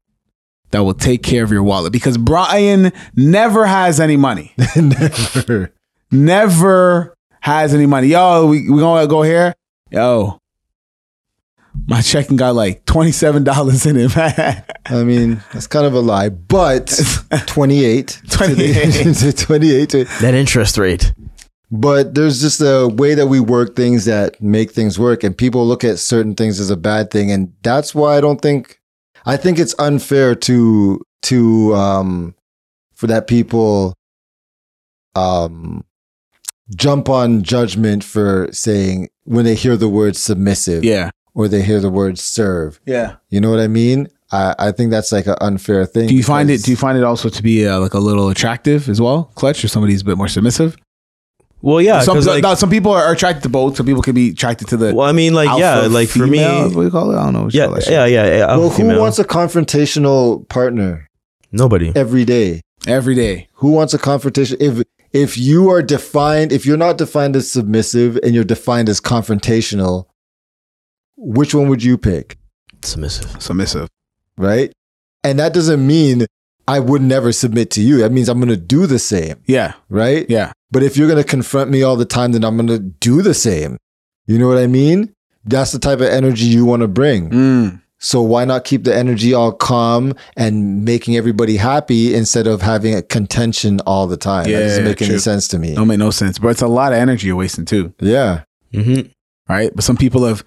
[SPEAKER 4] that will take care of your wallet because Brian never has any money.
[SPEAKER 6] Never.
[SPEAKER 4] never has any money. Yo, we we gonna go here? Yo, my checking got like twenty seven dollars in it, man.
[SPEAKER 6] I mean, that's kind of a lie, but 28.
[SPEAKER 4] 28.
[SPEAKER 6] 28 to-
[SPEAKER 5] that interest rate.
[SPEAKER 6] But there's just a way that we work things that make things work, and people look at certain things as a bad thing, and that's why I don't think I think it's unfair to to um for that people um jump on judgment for saying when they hear the word submissive
[SPEAKER 4] yeah,
[SPEAKER 6] or they hear the word serve.
[SPEAKER 4] yeah.
[SPEAKER 6] You know what I mean? I, I think that's like an unfair thing.
[SPEAKER 4] Do you find it?
[SPEAKER 6] because-
[SPEAKER 4] Do you find it also to be uh, like a little attractive as well, clutch, or somebody's a bit more submissive?
[SPEAKER 5] Well, yeah,
[SPEAKER 4] some
[SPEAKER 5] 'cause, like,
[SPEAKER 4] no, some people are attracted to both. Some people can be attracted to the
[SPEAKER 5] well, I mean, like, yeah,
[SPEAKER 4] alpha
[SPEAKER 5] like for me,
[SPEAKER 4] female, what do you call it? I don't know. What you
[SPEAKER 5] yeah,
[SPEAKER 4] call that shit.
[SPEAKER 5] yeah, yeah, yeah. alpha
[SPEAKER 6] well, who
[SPEAKER 5] female.
[SPEAKER 6] wants a confrontational partner
[SPEAKER 5] Nobody.
[SPEAKER 6] every day?
[SPEAKER 4] Every day,
[SPEAKER 6] Who wants a confrontation? If if you are defined, if you're not defined as submissive and you're defined as confrontational, which one would you pick?
[SPEAKER 5] Submissive.
[SPEAKER 4] Submissive.
[SPEAKER 6] Right? And that doesn't mean I would never submit to you. That means I'm going to do the same,
[SPEAKER 4] Yeah.
[SPEAKER 6] right?
[SPEAKER 4] Yeah.
[SPEAKER 6] But if you're going to confront me all the time, then I'm going to do the same. You know what I mean? That's the type of energy you want to bring.
[SPEAKER 5] Hmm.
[SPEAKER 4] Mm.
[SPEAKER 6] So why not keep the energy all calm and making everybody happy instead of having a contention all the time?
[SPEAKER 4] Yeah,
[SPEAKER 6] that doesn't make
[SPEAKER 4] true.
[SPEAKER 6] any sense to me.
[SPEAKER 4] Don't make no sense. But it's a lot of energy you're wasting too.
[SPEAKER 6] Yeah.
[SPEAKER 5] Mm-hmm.
[SPEAKER 4] Right. But some people have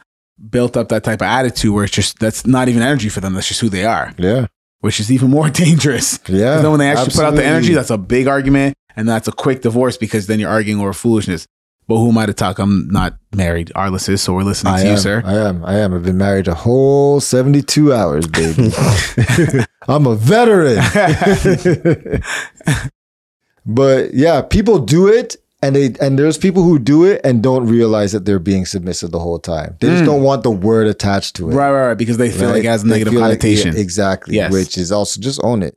[SPEAKER 4] built up that type of attitude where it's just that's not even energy for them. That's just who they are,
[SPEAKER 6] Yeah.
[SPEAKER 4] which is even more dangerous.
[SPEAKER 6] Yeah.
[SPEAKER 4] And then when they actually put out the energy,
[SPEAKER 6] absolutely.
[SPEAKER 4] that's a big argument and that's a quick divorce because then you're arguing over foolishness. But who am I to talk? I'm not married. Arliss is, so we're listening
[SPEAKER 6] I
[SPEAKER 4] to
[SPEAKER 6] am,
[SPEAKER 4] you, sir.
[SPEAKER 6] I am. I am. I've been married a whole 72 hours, baby. I'm a veteran. but yeah, people do it and they and there's people who do it and don't realize that they're being submissive the whole time. They just don't want the word attached to it.
[SPEAKER 4] Hmm. Right, right, right. Because they feel
[SPEAKER 6] right?
[SPEAKER 4] like it has a
[SPEAKER 6] They
[SPEAKER 4] negative
[SPEAKER 6] feel like- yeah,
[SPEAKER 4] connotation.
[SPEAKER 6] exactly.
[SPEAKER 4] Yes.
[SPEAKER 6] Which is also just own it.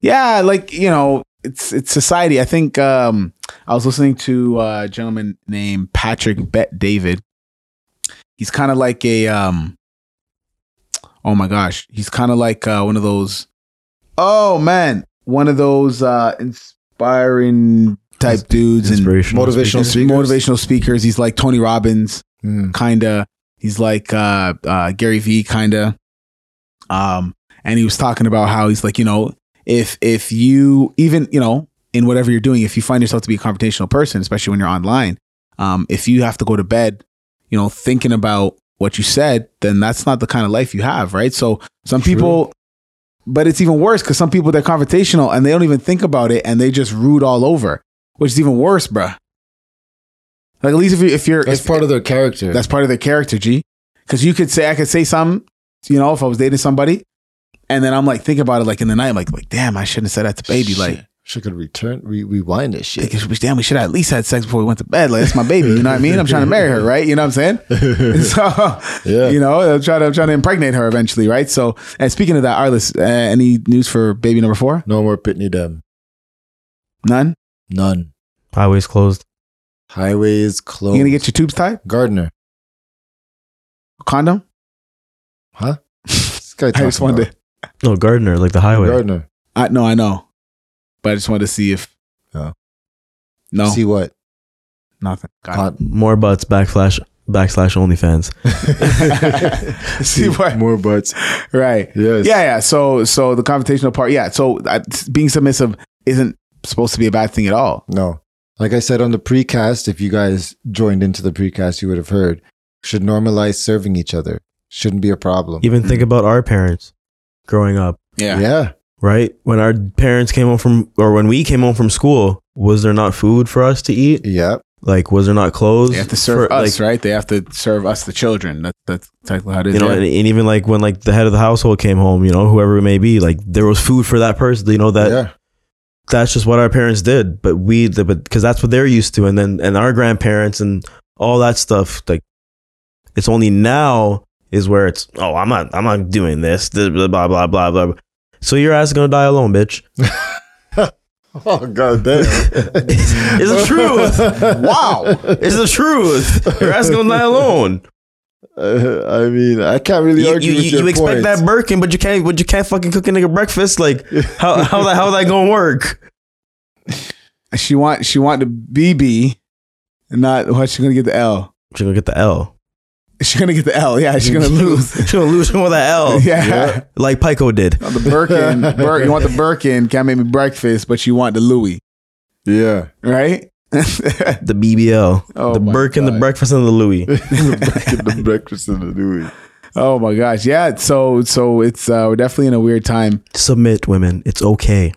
[SPEAKER 4] yeah, like you know, it's it's society. I think um, I was listening to uh, a gentleman named Patrick Bet David. He's kind of like a um, oh my gosh, he's kind of like uh, one of those. Oh man, one of those uh, inspiring type dudes and
[SPEAKER 5] Inspirational.
[SPEAKER 6] Motivational
[SPEAKER 4] He's motivational speakers. He's like Tony Robbins,
[SPEAKER 6] Mm.
[SPEAKER 4] kinda. He's like uh, uh, Gary Vee, kinda. Um, and he was talking about how he's like, you know, if if you even you know in whatever you're doing, if you find yourself to be a confrontational person, especially when you're online, um, if you have to go to bed, you know, thinking about what you said, then that's not the kind of life you have, right? So some people. But it's even worse because some people they're confrontational and they don't even think about it and they just rude all over, which is even worse, bruh. Like at least if you if you're
[SPEAKER 6] That's
[SPEAKER 4] if-
[SPEAKER 6] part of their character.
[SPEAKER 4] that's part of their character, G. Because you could say I could say something, you know, if I was dating somebody, and then I'm like thinking about it like in the night, I'm like, like damn, I shouldn't have said that to baby. Like,
[SPEAKER 6] Shit. she could return re- rewind this shit.
[SPEAKER 4] because, damn, we should have at least had sex before we went to bed. Like that's my baby. You know what I mean? I'm trying to marry her, right? You know what I'm saying? so
[SPEAKER 6] Yeah.
[SPEAKER 4] you know, I'm trying to I'm trying to impregnate her eventually, right? So and speaking of that, Arliss, uh, any news for baby number four?
[SPEAKER 6] No more Pitney Dem.
[SPEAKER 4] None.
[SPEAKER 6] None.
[SPEAKER 5] Highways closed.
[SPEAKER 6] Highway is
[SPEAKER 4] You
[SPEAKER 6] closed.
[SPEAKER 4] gonna get your tubes tied?
[SPEAKER 6] Gardner,
[SPEAKER 4] Condom?
[SPEAKER 6] huh? This guy
[SPEAKER 4] I just wanted. To,
[SPEAKER 5] No, Gardner, like the highway.
[SPEAKER 6] Gardner.
[SPEAKER 4] I no, I know, but I just wanted to see if.
[SPEAKER 6] Oh.
[SPEAKER 4] No,
[SPEAKER 6] See what?
[SPEAKER 4] nothing. Got it.
[SPEAKER 6] Hot.
[SPEAKER 5] More butts. Backslash. Backslash. OnlyFans.
[SPEAKER 4] See what?
[SPEAKER 6] More butts.
[SPEAKER 4] Right.
[SPEAKER 6] Yes.
[SPEAKER 4] Yeah, yeah. So, so the confrontational part, yeah. So uh, being submissive isn't supposed to be a bad thing at all.
[SPEAKER 6] No. Like I said on the precast, if you guys joined into the precast, you would have heard. Should normalize serving each other. Shouldn't be a problem.
[SPEAKER 5] Even think about our parents growing up,
[SPEAKER 4] Yeah.
[SPEAKER 6] Yeah.
[SPEAKER 5] right? When our parents came home from, or when we came home from school, was there not food for us to eat?
[SPEAKER 6] Yeah.
[SPEAKER 5] Like, was there not clothes?
[SPEAKER 4] They have to serve
[SPEAKER 5] for,
[SPEAKER 4] us,
[SPEAKER 5] like,
[SPEAKER 4] right? They have to serve us, the children. That, that's exactly how it is.
[SPEAKER 5] You know,
[SPEAKER 4] yeah.
[SPEAKER 5] and, and even like when like the head of the household came home, you know, whoever it may be, like there was food for that person. You know that
[SPEAKER 6] yeah.
[SPEAKER 5] that's just what our parents did but we the, but because that's what they're used to and then and our grandparents and all that stuff like it's only now is where it's oh i'm not i'm not doing this th- blah blah blah blah blah so your ass is gonna die alone bitch
[SPEAKER 6] Oh god damn.
[SPEAKER 5] it's the truth
[SPEAKER 4] wow.
[SPEAKER 5] it's the truth your ass is gonna die alone
[SPEAKER 6] Uh, I mean, I can't really
[SPEAKER 5] you,
[SPEAKER 6] argue
[SPEAKER 5] you,
[SPEAKER 6] with
[SPEAKER 5] you,
[SPEAKER 6] your
[SPEAKER 5] you expect
[SPEAKER 6] point.
[SPEAKER 5] that Birkin but you can't but you can't fucking cook a nigga breakfast like how how that how that gonna work
[SPEAKER 4] She want she want the BB, and not what she gonna get the L.
[SPEAKER 5] she's gonna get the L
[SPEAKER 4] She's gonna get the L. Yeah, she's gonna lose.
[SPEAKER 5] she's gonna lose with that L
[SPEAKER 4] Yeah.
[SPEAKER 5] like Pico did
[SPEAKER 6] Oh
[SPEAKER 4] The Birkin, Bir- you want the Birkin? Can't make me breakfast, but you want the Louis,
[SPEAKER 6] yeah.
[SPEAKER 4] right?
[SPEAKER 5] the BBL,
[SPEAKER 4] Oh
[SPEAKER 5] the
[SPEAKER 4] my
[SPEAKER 5] Birkin, the
[SPEAKER 4] God.
[SPEAKER 5] breakfast, and the Louis.
[SPEAKER 6] the breakfast in the Louis.
[SPEAKER 4] oh my gosh, yeah. So so it's uh, we're definitely in a weird time.
[SPEAKER 5] Submit women. It's okay.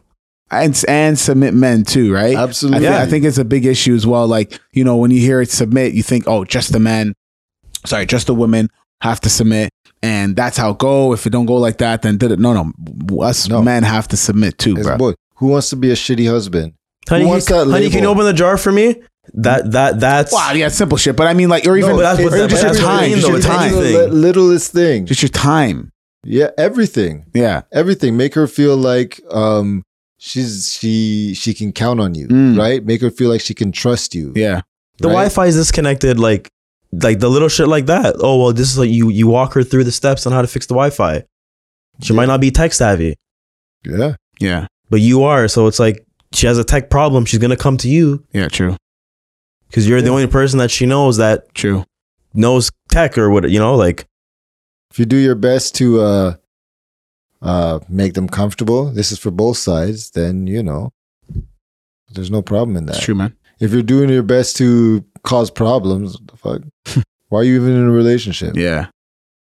[SPEAKER 4] and and submit men too, right?
[SPEAKER 6] Absolutely.
[SPEAKER 4] I, thi- I think it's a big issue as well. Like you know, when you hear it submit, you think, oh, just the men, sorry, just the women have to submit, and that's how it go. If it don't go like that, then did it? No, no, us
[SPEAKER 6] No.
[SPEAKER 4] men have to submit too,
[SPEAKER 6] It's
[SPEAKER 4] bro.
[SPEAKER 6] boy. Who wants to be a shitty husband?
[SPEAKER 5] Honey,
[SPEAKER 6] wants
[SPEAKER 5] can-
[SPEAKER 6] that
[SPEAKER 5] honey, can you
[SPEAKER 6] label?
[SPEAKER 5] open the jar for me? That that that's
[SPEAKER 4] Wow, yeah, simple shit, but I mean, like, or even
[SPEAKER 5] but that's what
[SPEAKER 4] or
[SPEAKER 5] that-
[SPEAKER 4] just your
[SPEAKER 5] but that's what I
[SPEAKER 4] time,
[SPEAKER 5] mean,
[SPEAKER 4] just
[SPEAKER 5] though.
[SPEAKER 4] your
[SPEAKER 5] It's
[SPEAKER 4] time,
[SPEAKER 5] anything.
[SPEAKER 6] The li- littlest thing.
[SPEAKER 4] just your time.
[SPEAKER 6] yeah, everything.
[SPEAKER 4] Yeah,
[SPEAKER 6] Everything. Make her feel like um she's she she can count on you,
[SPEAKER 4] Mm.
[SPEAKER 6] right? Make her feel like she can trust you.
[SPEAKER 4] yeah,
[SPEAKER 5] the
[SPEAKER 6] right?
[SPEAKER 5] Wi-Fi is disconnected. Like like the little shit like that. Oh well, this is like you you walk her through the steps on how to fix the Wi-Fi. She might not be tech savvy,
[SPEAKER 6] Yeah.
[SPEAKER 4] Yeah.
[SPEAKER 5] but you are. So it's like she has a tech problem. She's gonna come to you
[SPEAKER 4] Yeah. True.
[SPEAKER 5] because you're the only person that she knows that
[SPEAKER 4] True.
[SPEAKER 5] knows tech or what you know. Like
[SPEAKER 6] If you do your best to uh uh make them comfortable, this is for both sides, then you know there's no problem in that.
[SPEAKER 4] It's true, man.
[SPEAKER 6] If you're doing your best to cause problems, what the fuck? Why are you even in a relationship?
[SPEAKER 4] Yeah.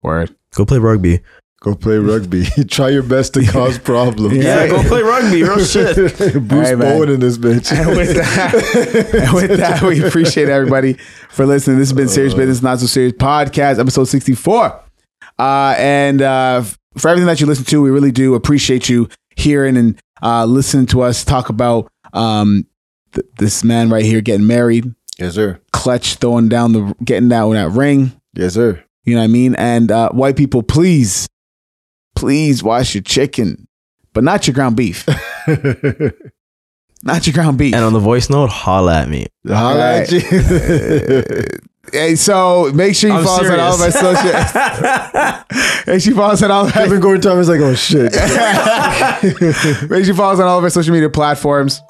[SPEAKER 4] Word.
[SPEAKER 5] go play rugby.
[SPEAKER 6] Go play rugby. Try your best to cause problems.
[SPEAKER 4] Yeah, go
[SPEAKER 5] play rugby. Real
[SPEAKER 6] Bruce
[SPEAKER 4] Alright, man.
[SPEAKER 6] Bowen in this bitch.
[SPEAKER 4] And with that, and with that, we appreciate everybody for listening. This has been Serious Business, Not So Serious podcast, episode 64. Uh, and uh, f- for everything that you listen to, we really do appreciate you hearing and uh, listening to us talk about um, th- this man right here getting married,
[SPEAKER 6] Yes, sir.
[SPEAKER 4] Clutch throwing down the, getting that that ring.
[SPEAKER 6] Yes, sir.
[SPEAKER 4] You know what I mean? And uh, white people, please, please wash your chicken, but not your ground beef. not your ground beef.
[SPEAKER 5] And on the voice note, holla at me.
[SPEAKER 6] Holla at you.
[SPEAKER 4] Hey, so make sure you
[SPEAKER 5] I'm
[SPEAKER 4] follow us on all of our social. make sure you follow us on all of our,
[SPEAKER 6] Kevin Gordon Thomas like, oh shit.
[SPEAKER 4] make sure you follow us on all of our social media platforms.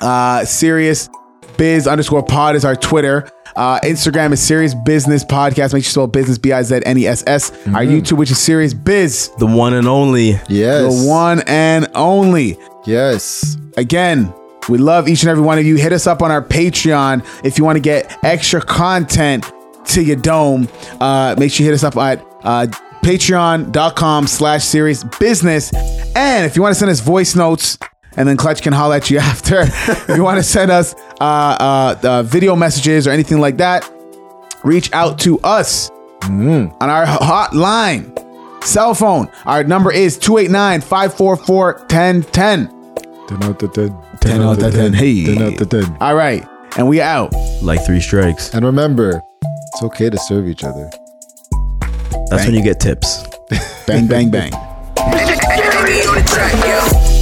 [SPEAKER 4] Uh, serious biz underscore pod is our Twitter. Uh, Instagram is serious business podcast. Make sure you spell business b i z n e s s. Our YouTube, which is serious biz,
[SPEAKER 5] The one and only.
[SPEAKER 6] Yes.
[SPEAKER 4] the one and only.
[SPEAKER 6] Yes.
[SPEAKER 4] Again, we love each and every one of you. Hit us up on our Patreon if you want to get extra content to your dome. Uh, make sure you hit us up at uh, patreon.com slash serious business. And if you want to send us voice notes, and then Clutch can holler at you after. if you want to send us uh, uh, uh, video messages or anything like that, reach out to us on our hotline cell phone. Our number is 289 544 1010.
[SPEAKER 6] 10 out of 10.
[SPEAKER 4] 10 out of 10. Hey.
[SPEAKER 6] 10 out of 10.
[SPEAKER 4] All right. And we out.
[SPEAKER 5] Like three strikes.
[SPEAKER 6] And remember, it's okay to serve each other.
[SPEAKER 5] That's when you get tips.
[SPEAKER 4] Bang, bang, bang.
[SPEAKER 7] Serious.